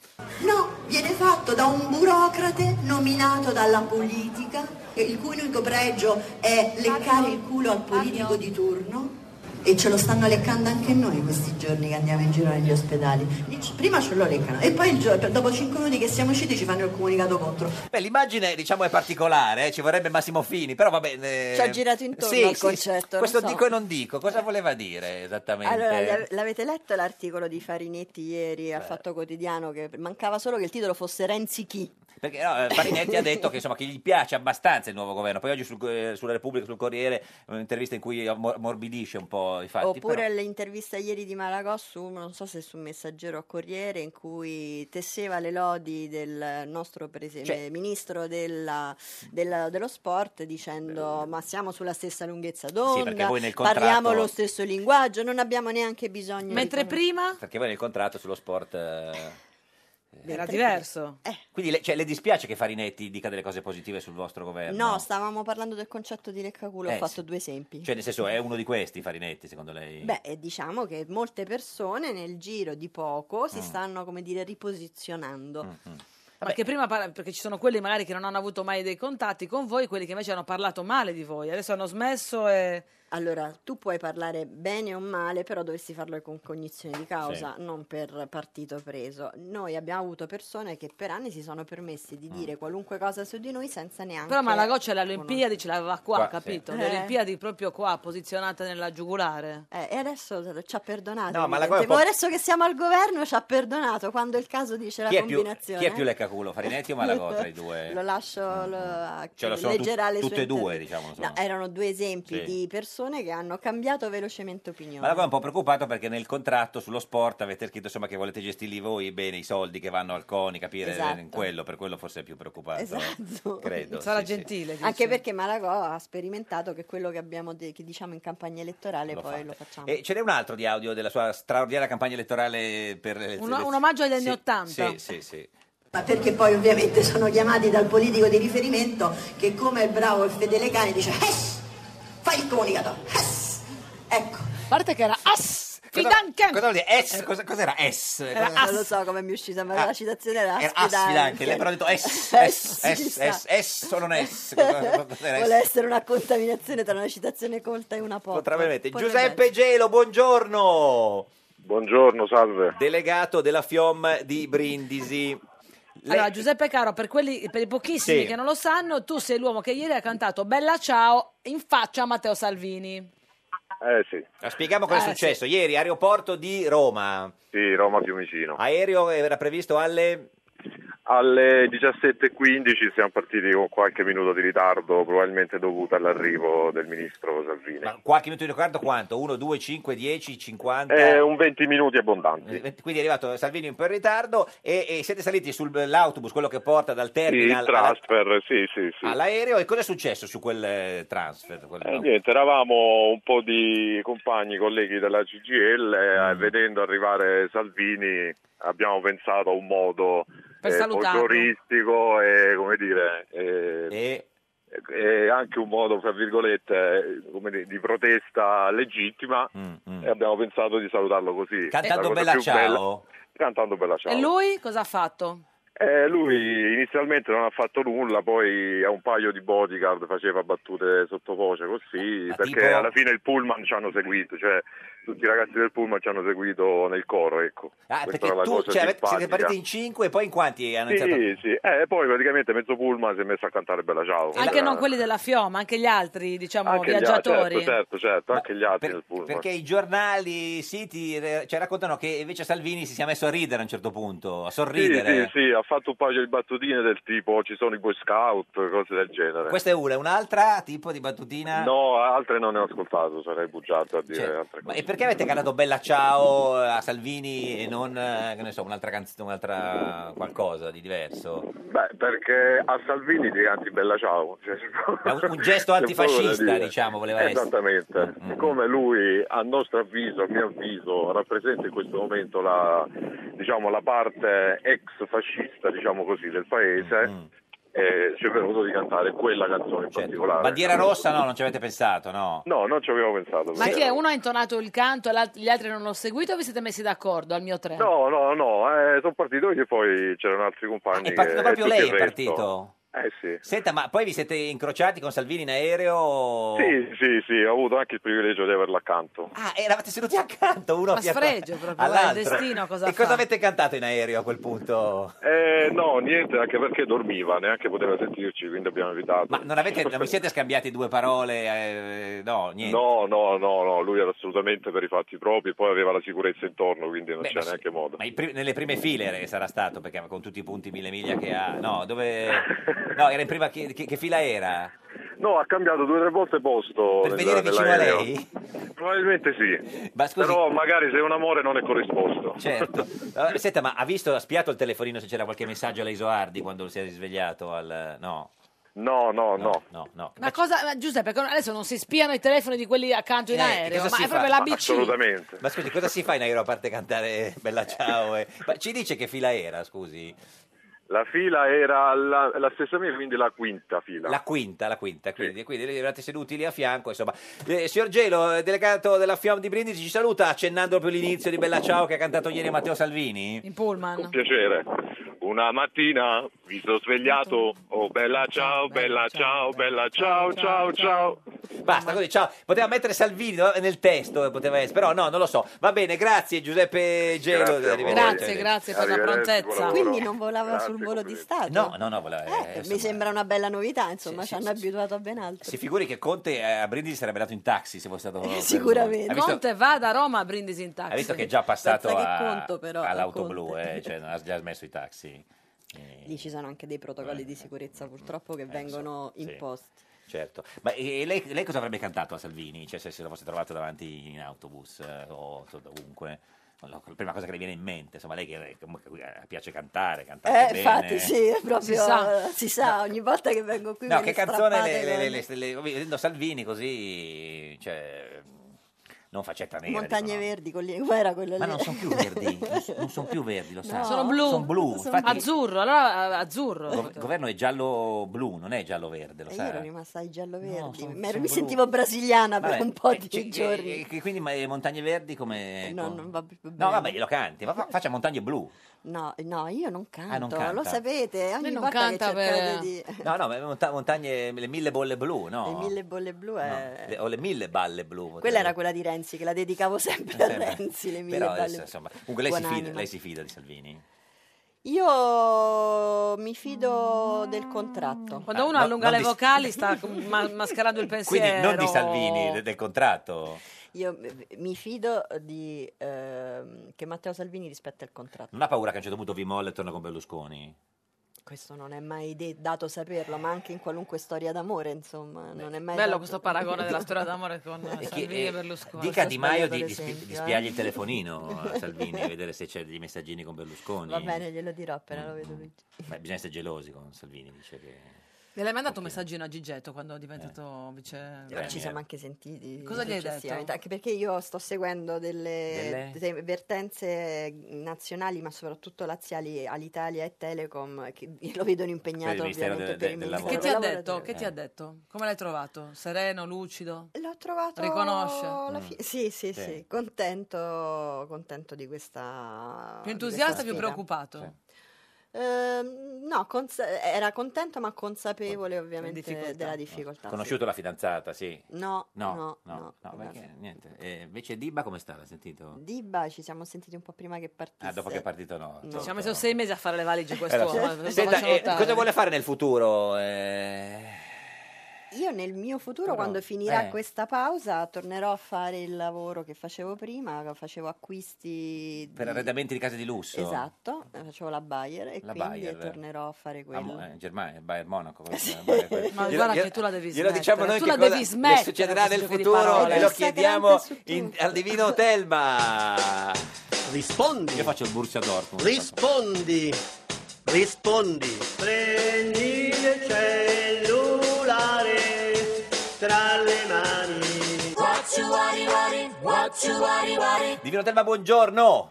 Q: Viene fatto da un burocrate nominato dalla politica, che- il cui unico pregio è leccare il culo al politico di turno.
H: E ce lo stanno leccando anche noi questi giorni che andiamo in giro negli ospedali. Prima ce lo leccano e poi il giorno- dopo 5 minuti che siamo usciti ci fanno il comunicato contro.
B: Beh, l'immagine diciamo è particolare, eh, ci vorrebbe Massimo Fini, però va bene.
H: Ci ha girato intorno
B: sì,
H: al
B: sì, sì.
H: concetto, non
B: Questo
H: so.
B: dico e non dico, cosa voleva dire esattamente?
H: Allora, l'ave- l'avete letto l'articolo di Farinetti ieri al Fatto Quotidiano che mancava solo che il titolo fosse Renzi chi?
B: Perché no, eh, Farinetti ha detto che, insomma, che gli piace abbastanza il nuovo governo. Poi oggi sul, eh, sulla Repubblica, sul Corriere, un'intervista in cui ammor- ammorbidisce un po' i fatti.
H: Oppure
B: però-
H: l'intervista ieri di Malagò su, non so se su Messaggero o Corriere, in cui tesseva le lodi del nostro prese-
B: Cioè-
H: ministro della- della- dello sport dicendo ma siamo sulla stessa lunghezza d'onda,
B: Eh, perché voi nel
H: parliamo
B: contratto-
H: lo stesso linguaggio, non abbiamo neanche bisogno
A: Mentre prima
B: Perché voi nel contratto sullo sport... eh,
A: era diverso.
H: Eh,
B: Quindi le, cioè, le dispiace che Farinetti dica delle cose positive sul vostro governo?
H: No, stavamo parlando del concetto di leccaculo,
B: Eh,
H: ho fatto
B: sì.
H: due esempi.
B: Cioè, nel senso, è uno di questi Farinetti, secondo lei?
H: Beh, eh, diciamo che molte persone nel giro di poco si
B: Mm.
H: stanno, come dire, riposizionando.
A: Perché prima par- perché ci sono quelli magari che non hanno avuto mai dei contatti con voi, quelli che invece hanno parlato male di voi, adesso hanno smesso e
H: Allora, tu puoi parlare bene o male, però dovresti farlo con cognizione di causa,
A: Sì.
H: non per partito preso. Noi abbiamo avuto persone che per anni si sono permessi
B: Mm.
H: di dire qualunque cosa su di noi senza neanche...
A: Però Malagoccia alle Olimpiadi ce l'aveva qua,
H: Qua,
A: capito?
H: sì.
A: Le
H: Eh.
A: Olimpiadi proprio qua, posizionata nella giugulare.
H: Eh, e adesso ci ha perdonato.
B: No, Malagò è un
H: evidente.
B: po'-
H: Ma adesso che siamo al governo ci ha perdonato quando è il caso dice la
B: Chi è, più, chi
H: combinazione.
B: è più leccaculo, Farinetti o Malagò tra i
H: <laughs>
B: due?
H: Lo lascio, lo- a chi
B: Cioè, lo sono
H: leggerà
B: tut-
H: le sue
B: tutte e due,
H: intervi-
B: diciamo,
H: No,
B: insomma.
H: erano due esempi
B: Sì.
H: di persone che hanno cambiato velocemente opinione.
B: Malagò è un po' preoccupato perché nel contratto sullo sport avete scritto insomma, che volete gestirli voi bene i soldi che vanno al CONI, capire
H: Esatto.
B: in quello, per quello forse è più preoccupato. eh.
H: Esatto.
B: Credo.
A: Sarà
B: sì, sì.
A: gentile. dice.
H: Anche perché Malagò ha sperimentato che quello che abbiamo de- che diciamo in campagna elettorale
B: Lo Eh,
H: poi
B: fate.
H: lo facciamo.
B: E ce n'è un altro di audio della sua straordinaria campagna elettorale per le
H: Un-
B: elezioni-
H: un omaggio agli anni
B: Sì,
H: 80.
B: Sì, sì, sì.
Q: Ma perché poi ovviamente sono chiamati dal politico di riferimento che come il bravo e fedele cane dice "Ess, fai il comunicato. Ess". Ecco.
A: A parte che era ass, fidanken.
B: Cosa vuol dire? S? Cosa, cos'era S?
H: Era
B: Cosa-
H: Eh, non lo so come mi è uscita, ma
B: Eh, Ah.
H: la citazione era
B: Era
H: Aspidante.
B: Asfida anche, lei però ha detto S,
H: Eh,
B: S,
H: sì,
B: S,
H: sa.
B: S, S o non S?
H: <laughs>
B: Cosa- cos'era S?
H: Vuole essere una contaminazione tra una citazione colta e una poca.
B: Veramente. Giuseppe Gelo, buongiorno.
R: Buongiorno, salve.
B: Delegato della FIOM di Brindisi. Lei-
A: Allora, Giuseppe Caro, per, quelli, per i pochissimi
B: Sì.
A: che non lo sanno, tu sei l'uomo che ieri ha cantato Bella Ciao in faccia a Matteo Salvini.
R: Eh sì.
B: Spieghiamo cosa è
A: Eh,
B: successo. Ieri, aeroporto di Roma.
R: Sì, Roma Fiumicino.
B: Aereo era previsto alle...
R: Alle 17.15 siamo partiti con qualche minuto di ritardo, probabilmente dovuto all'arrivo del ministro Salvini.
B: Qualche minuto di ritardo quanto? 1, 2, 5, 10, 50?
R: Eh, un 20 minuti abbondanti.
B: Quindi è arrivato Salvini un po' in ritardo e, e siete saliti sull'autobus, quello che porta dal
R: Il
B: terminal alla-
R: transfer, sì, sì, sì.
B: all'aereo. E cosa è successo su quel eh, transfer? Quel-
R: Eh, niente, eravamo un po' di compagni, colleghi della CGL,
A: Mm.
R: eh, vedendo arrivare Salvini abbiamo pensato a un modo eh,
A: Per salutarlo.
R: folcloristico e come dire... eh, e anche un modo, fra virgolette, eh, come dire, di protesta legittima e abbiamo pensato di salutarlo così.
A: Mm, Cantando
R: La cosa
A: bella
R: più
A: ciao.
R: Cantando bella ciao.
A: E lui cosa ha fatto?
R: Eh, lui inizialmente non ha fatto nulla, poi a un paio di bodyguard faceva battute sottovoce così, perché
B: Ah, tipo-
R: alla fine il pullman ci hanno seguito, cioè tutti i ragazzi del pullman ci hanno seguito nel coro, ecco.
B: Ah,
R: Questa
B: perché
R: era la
B: tu
R: cosa
B: cioè, avete- siete
R: simpatica.
B: partiti in 5 e poi in quanti hanno
R: Sì,
B: iniziato?
R: sì, eh, poi praticamente mezzo pullman si è messo a cantare Bella Ciao.
A: Anche
R: Cioè,
A: non quelli della Fioma, anche gli altri, diciamo,
R: anche gli altri,
A: viaggiatori.
R: certo, certo, certo, anche gli altri del pullman.
B: Perché i giornali, i siti eh, cioè, raccontano che invece Salvini si sia messo a ridere a un certo punto, a sorridere.
R: Sì, sì, sì, ha fatto un paio di battutine del tipo ci sono i boy scout, cose del genere.
B: Questa è una, un'altra tipo di battutina.
R: No, altre non ne ho ascoltato, sarei bugiato a dire
B: Cioè,
R: altre
B: Ma
R: cose.
B: e perché avete cantato Bella Ciao a Salvini e non eh, che ne so, un'altra canzone, un'altra qualcosa di diverso?
R: Beh, perché a Salvini ti canti bella ciao. cioè, <laughs>
B: È un, un gesto
R: c'è
B: antifascista,
R: poco da dire.
B: diciamo, voleva essere. Mm,
R: Esattamente. Siccome lui, a nostro avviso, a mio avviso, rappresenta in questo momento la, diciamo, la parte ex fascista, diciamo così, del paese,
B: Mm,
R: eh, ci è venuto di cantare quella canzone in particolare.
B: Certo. Bandiera rossa no, non ci avete pensato, no?
R: Ah, No, non ci avevo pensato.
A: Ma chi è? Uno ha intonato il canto e l'alt- gli altri non l'ho seguito o vi siete messi d'accordo al mio tre?
R: No, no, no, eh, sono partito io e poi c'erano altri compagni.
B: Ah, È partito
R: che-
B: proprio
R: e tutti
B: lei,
R: il
B: è
R: resto.
B: partito.
R: Eh sì.
B: Senta, ma poi vi siete incrociati con Salvini in aereo?
R: Sì, sì, sì, ho avuto anche il privilegio di averla accanto.
B: Ah, eravate seduti accanto uno
A: Ma
B: fianco
A: sfregio proprio, guarda, il
B: all'altro. <laughs>
A: destino cosa
B: e
A: fa?
B: cosa avete cantato in aereo a quel punto?
R: Eh, no, niente, anche perché dormiva, neanche poteva sentirci, quindi abbiamo evitato.
B: Ma non, avete, non vi siete scambiati due parole? eh, no, niente.
R: No, no, no, no, lui era assolutamente per i fatti propri, poi aveva la sicurezza intorno, quindi non
B: Beh,
R: c'era
B: ma
R: neanche modo.
B: Ma i pri- nelle prime file sarà stato, perché con tutti i punti mille miglia che ha... No, dove...
R: <laughs>
B: No, era in prima... Che, che- che fila era?
R: No, ha cambiato due o tre volte posto.
B: Per
R: nel-
B: venire vicino a
R: nell'aereo.
B: lei?
R: Probabilmente sì. Però magari se è un amore non è corrisposto.
B: Certo. Allora, Senta, ma ha visto, ha spiato il telefonino se c'era qualche messaggio a lei Isoardi quando si è risvegliato al... No.
R: No, no,
B: no. No, no.
A: Ma cosa, ma Giuseppe, con- adesso non si spiano i telefoni di quelli accanto in
B: Eh,
A: aereo,
B: cosa
A: ma
B: si
A: è
B: fa?
A: proprio l'ABC.
B: Ma scusi, cosa si fa in aereo a parte cantare Bella Ciao? e- Ma ci dice che fila era, scusi?
R: La fila era la, la stessa mia, quindi la quinta fila.
B: La quinta, la quinta, quindi, quindi lì eravate seduti lì a fianco, insomma. Eh, signor Gelo, eh, delegato della FIOM di Brindisi, ci saluta accennando proprio l'inizio di Bella Ciao che ha cantato ieri Matteo Salvini?
A: In pullman.
R: piacere. Una mattina mi sono svegliato, oh bella ciao, bella ciao, bella ciao, ciao, ciao.
B: Basta, così, ciao. Poteva mettere Salvini no? nel testo, eh, poteva essere, però no, non lo so. Va bene, grazie Giuseppe Gelo.
R: Grazie a voi.
H: Grazie, grazie per la Arrivederci, prontezza. buon lavoro. Quindi non
B: volava
H: Volava sul volo di Stato.
B: No, no, no, voleva... eh,
H: Eh,
B: insomma.
H: mi sembra una bella novità, insomma, ci hanno abituato a ben altro.
B: Si figuri che Conte eh, a Brindisi sarebbe andato in taxi se fosse stato...
H: Eh, Sicuramente.
B: Ha visto-
A: Conte va da Roma a Brindisi in taxi.
B: Ha certo. visto che è già passato
H: Pensa Ah, che
B: a-
H: conto, però,
B: all'auto
H: Conte.
B: blu, eh, cioè non ha già smesso i taxi. Eh.
H: Lì ci sono anche dei protocolli di sicurezza purtroppo che vengono
B: sì.
H: imposti.
B: Certo, ma e- e lei, lei cosa avrebbe cantato a Salvini? Cioè, se se lo fosse trovato davanti in autobus eh, o so, dovunque? Non lo- La prima cosa che le viene in mente, insomma, lei che comunque eh, piace cantare, cantare
H: Eh,
B: bene.
H: infatti, sì, è proprio Si si
B: sa.
H: sa, ogni volta che vengo qui
B: No,
H: me ne
B: che canzone le,
H: strappate
B: le,
H: con-
B: le, le- le- vedendo Salvini così, cioè, non faccetta nera.
H: Montagne
B: dicono.
H: Verdi, con lì- com'era quello lì?
B: Ma non sono più
H: <laughs>
B: verdi, non so- non sono più verdi, lo sa.
A: Sono blu.
B: Sono blu,
A: Sono
B: infatti
A: Azzurro, allora eh,
B: <laughs>
A: azzurro.
B: il governo è giallo-blu, non è giallo-verde, lo
H: E Eh, io
B: sa.
H: ero rimasta ai giallo-verdi,
B: Eh. sono-
H: mi ero-
B: sono
H: mi
B: blu.
H: sentivo brasiliana per
B: Vabbè,
H: un po'
B: eh,
H: di
B: ci-
H: giorni. Eh,
B: eh, eh, quindi ma, eh, Montagne Verdi come...
H: No,
B: com-
H: non va più bene.
B: No, vabbè, lo canti, ma fa- faccia Montagne Blu.
H: No, no, io non canto,
B: Ah, canta.
H: lo sapete, ogni
A: non
H: volta
A: canta
H: che cercate
A: per-
H: di...
B: No, no, ma monta- Montagne, le mille bolle blu, no?
H: Le mille bolle blu è...
B: No, le- o le mille balle blu.
H: Quella era quella di Renzi, che la dedicavo sempre a Renzi, le mille
B: Eh, Però
H: balle
B: adesso,
H: blu.
B: insomma, comunque lei si,
H: Buonanima.
B: fida, lei si fida di Salvini?
H: Io mi fido del contratto.
A: Quando uno
B: Ah, no,
A: allunga
B: non
A: le
B: di-
A: vocali
B: <laughs>
A: sta ma- mascherando il pensiero.
B: Quindi non di Salvini, de- del contratto.
H: <laughs> Io m- mi fido di, ehm, che Matteo Salvini rispetta il contratto.
B: Non ha paura che a un certo punto vi molla e torna con Berlusconi?
H: questo non è mai de- dato saperlo, ma anche in qualunque storia d'amore, insomma, non è mai
A: Bello
H: dato-
A: questo paragone della storia d'amore con
H: E chi-
A: Salvini
H: eh,
A: e Berlusconi.
B: Dica a Di Maio
H: sbagliato
B: di, di, spi-
H: l'esempio,
B: di spiargli
H: eh.
B: il telefonino a Salvini e vedere se c'è dei messaggini con Berlusconi.
H: Va bene, glielo dirò appena lo vedo lui.
B: Beh, bisogna essere gelosi con Salvini, dice che...
A: Gliel'hai mai mandato un messaggino a Gigetto quando è diventato
B: Eh.
A: vice...
H: Però ci siamo anche sentiti.
A: Cosa gli hai detto?
H: successivamente, Anche perché io sto seguendo delle,
A: Delle?
H: delle vertenze nazionali, ma soprattutto laziali all'Italia e Telecom, che lo vedono
B: Per
H: impegnato
B: il Ministero
H: ovviamente
B: de-
H: per
B: de-
H: il
B: del
H: Ministero
A: Che ti
H: del
A: ha
H: Lavoro.
A: detto? Che ti ha detto? Come l'hai trovato? Sereno, lucido?
H: L'ho trovato
A: Riconosce?
H: alla fi- sì, sì, sì,
A: Sì.
H: contento, contento di questa
A: Più
H: di questa
A: entusiasta, più
H: sfida.
A: preoccupato?
H: Ehm, no, consa- era contento ma consapevole ovviamente
A: difficoltà.
H: della difficoltà. sì.
B: Conosciuto la fidanzata, sì.
H: No,
B: No,
H: no,
B: no, no,
H: no,
B: perché
H: no.
B: niente. E invece Dibba come sta? L'ha sentito?
H: Dibba ci siamo sentiti un po' prima che partisse.
B: Ah, dopo che è partito no.
H: No.
A: Ci ha messo sei mesi a fare le valigie
B: Eh,
A: questo
B: lo so. Senta, eh, cosa vuole fare nel futuro? Eh,
H: Io nel mio futuro, quando finirà
B: eh.
H: questa pausa, tornerò a fare il lavoro che facevo prima, facevo acquisti
B: per
H: di-
B: arredamenti di case di lusso?
H: Esatto, eh, facevo la Bayer e
B: La
H: quindi
B: Bayer.
H: tornerò a fare
B: Ah,
H: quello.
B: mo- eh, Germania, Bayern Monaco.
A: Ma guarda che tu la devi
B: glielo
A: smettere,
B: diciamo noi
A: tu
B: che
A: la
B: cosa
A: devi
B: le
A: smettere
B: succederà
A: questo
B: nel
A: gioco di
B: futuro
A: parole.
B: e lo
A: Pensate
B: chiediamo
A: anche su
B: in-
A: tutto.
B: al divino Telma. Rispondi. Io faccio il Borussia Dortmund.
N: Rispondi, rispondi. Prendi il cellulare tra le mani.
D: What you worry, worry, what you worry, worry.
B: Divino Telma, buongiorno.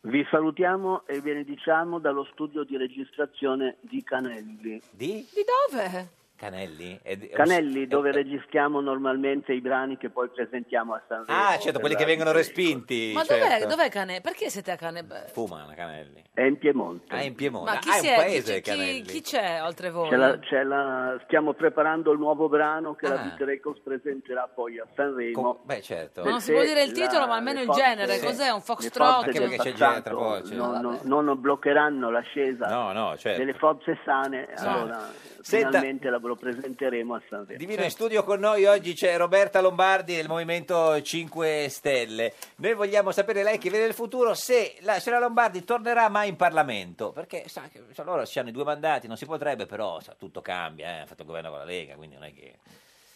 N: Vi salutiamo e benediciamo dallo studio di registrazione di Canelli.
B: Di? Eh,
A: Di dove?
B: Canelli? È di-
N: Canelli, dove registriamo normalmente i brani che poi presentiamo a Sanremo.
B: Ah, certo,
N: esatto.
B: quelli che vengono respinti.
A: Ma
B: certo.
A: dov'è, dov'è Cane? Perché siete a Cane? Beh,
B: Fumano Canelli.
N: È in Piemonte.
B: Ah, in Piemonte.
A: Ma chi,
B: Ah, è un
A: siete?
B: paese
A: Chi- chi-
B: Canelli.
A: chi c'è oltre voi?
N: C'è la- c'è la- stiamo preparando il nuovo brano che la
B: Ah.
N: Vitrecos presenterà poi a Sanremo.
B: Com- beh, certo.
A: Ma non si può dire il titolo, ma almeno il genere. Cos'è? Un foxtrot?
B: Anche perché c'è Gina tra poco, c'è-
N: non, non- non bloccheranno l'ascesa delle forze sane. Allora,
B: certo. Senta-
N: finalmente la- lo presenteremo a Sanremo.
B: Divino in studio con noi oggi c'è Roberta Lombardi del Movimento 5 Stelle. Noi vogliamo sapere lei che vede il futuro se la, se la Lombardi tornerà mai in Parlamento, perché sa che sa, loro ci hanno i due mandati, non si potrebbe, però sa, tutto cambia, eh, ha fatto il governo con la Lega, quindi non è che...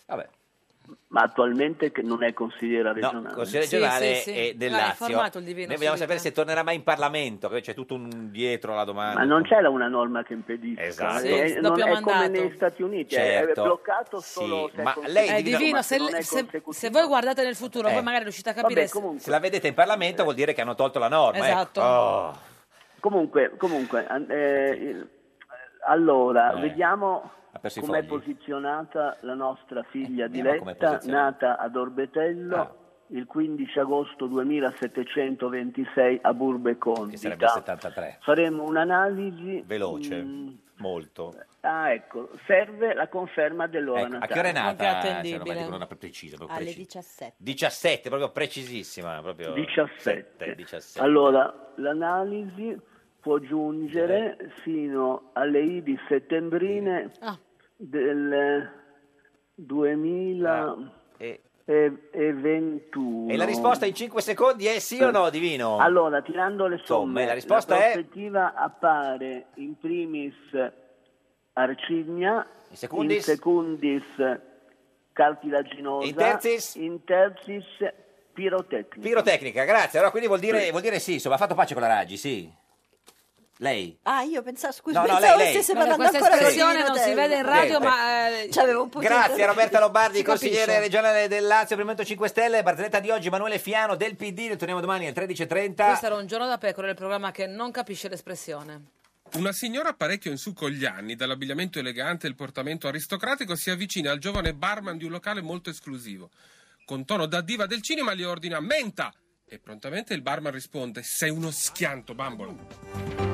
B: Vabbè,
N: Cioè, Ma attualmente che non è consigliera regionale.
B: no, Consiglio regionale
N: sì, sì.
B: e del
N: Ah, è
B: Lazio.
N: formato il
B: Noi
N: divino,
B: vogliamo
N: sì,
B: sapere
N: eh.
B: se tornerà mai in Parlamento, perché c'è tutto un dietro alla domanda.
N: Ma non c'è una norma che impedisca.
B: Esatto.
N: Eh,
B: Sì,
N: non
B: doppio
N: è come
B: mandato.
N: negli Stati Uniti, è-
B: Certo.
N: è bloccato solo
B: Sì,
N: se è
B: ma
N: consigliera.
B: lei,
A: È divino, se, se- se voi guardate nel futuro,
B: Eh.
A: voi magari riuscite a capire... se-
B: Se la vedete in Parlamento vuol dire che hanno tolto la norma. ecco.
A: Esatto.
B: Oh.
N: Comunque, comunque an- eh, il- allora,
B: Eh,
N: vediamo
B: ha perso i
N: com'è
B: fogli.
N: posizionata la nostra figlia
B: vediamo com'è
N: Diletta,
B: posizionata. Ah.
N: nata ad Orbetello il 15 agosto 2726 a
B: Che
N: Burbe
B: sarebbe il
N: Condita.
B: 73.
N: Faremo un'analisi.
B: Veloce,
N: mm,
B: molto.
N: ah, ecco, serve la conferma dell'ora
B: Ecco, a
N: natale.
B: che ora è nata? Se non mi dicono una pre- precisa, proprio
H: Alle
B: precisa.
H: 17.
B: 17, proprio precisissima. Proprio
N: 17.
B: sette, 17.
N: Allora, l'analisi può
B: Eh.
N: giungere fino alle IDI settembrine del 2021.
B: Ah. E la risposta in 5 secondi è sì o no, Divino?
N: Allora, tirando le somme,
B: Somme, la risposta è-
N: prospettiva appare in primis Arcigna, in
B: secundis?
N: secundis Cartilaginosa,
B: In terzis?
N: in terzis Pirotecnica.
B: Pirotecnica, grazie. Allora, quindi vuol dire, vuol dire sì, insomma, ha fatto pace con la Raggi, sì. Lei?
H: Ah, io pensavo, scusa,
B: No, no,
H: pensavo
B: lei, lei.
H: stesse
B: No,
A: no,
H: parlando
A: questa
H: ancora del
A: espressione
H: Gino
A: non si
H: Telmo.
A: vede in radio,
B: Niente.
A: ma... eh,
H: C'avevo un punto
B: Grazie a Roberta
H: <laughs>
B: Lombardi,
A: Si capisce.
B: consigliere regionale del Lazio, Movimento 5 Stelle, barzelletta di oggi, Emanuele Fiano del PD, ritorniamo domani alle 13.30.
A: Questo era un giorno da pecora, il programma che non capisce l'espressione.
S: Una signora parecchio in su con gli anni, dall'abbigliamento elegante e il portamento aristocratico, si avvicina al giovane barman di un locale molto esclusivo. Con tono da diva del cinema gli ordina menta e prontamente il barman risponde sei uno schianto, bambola.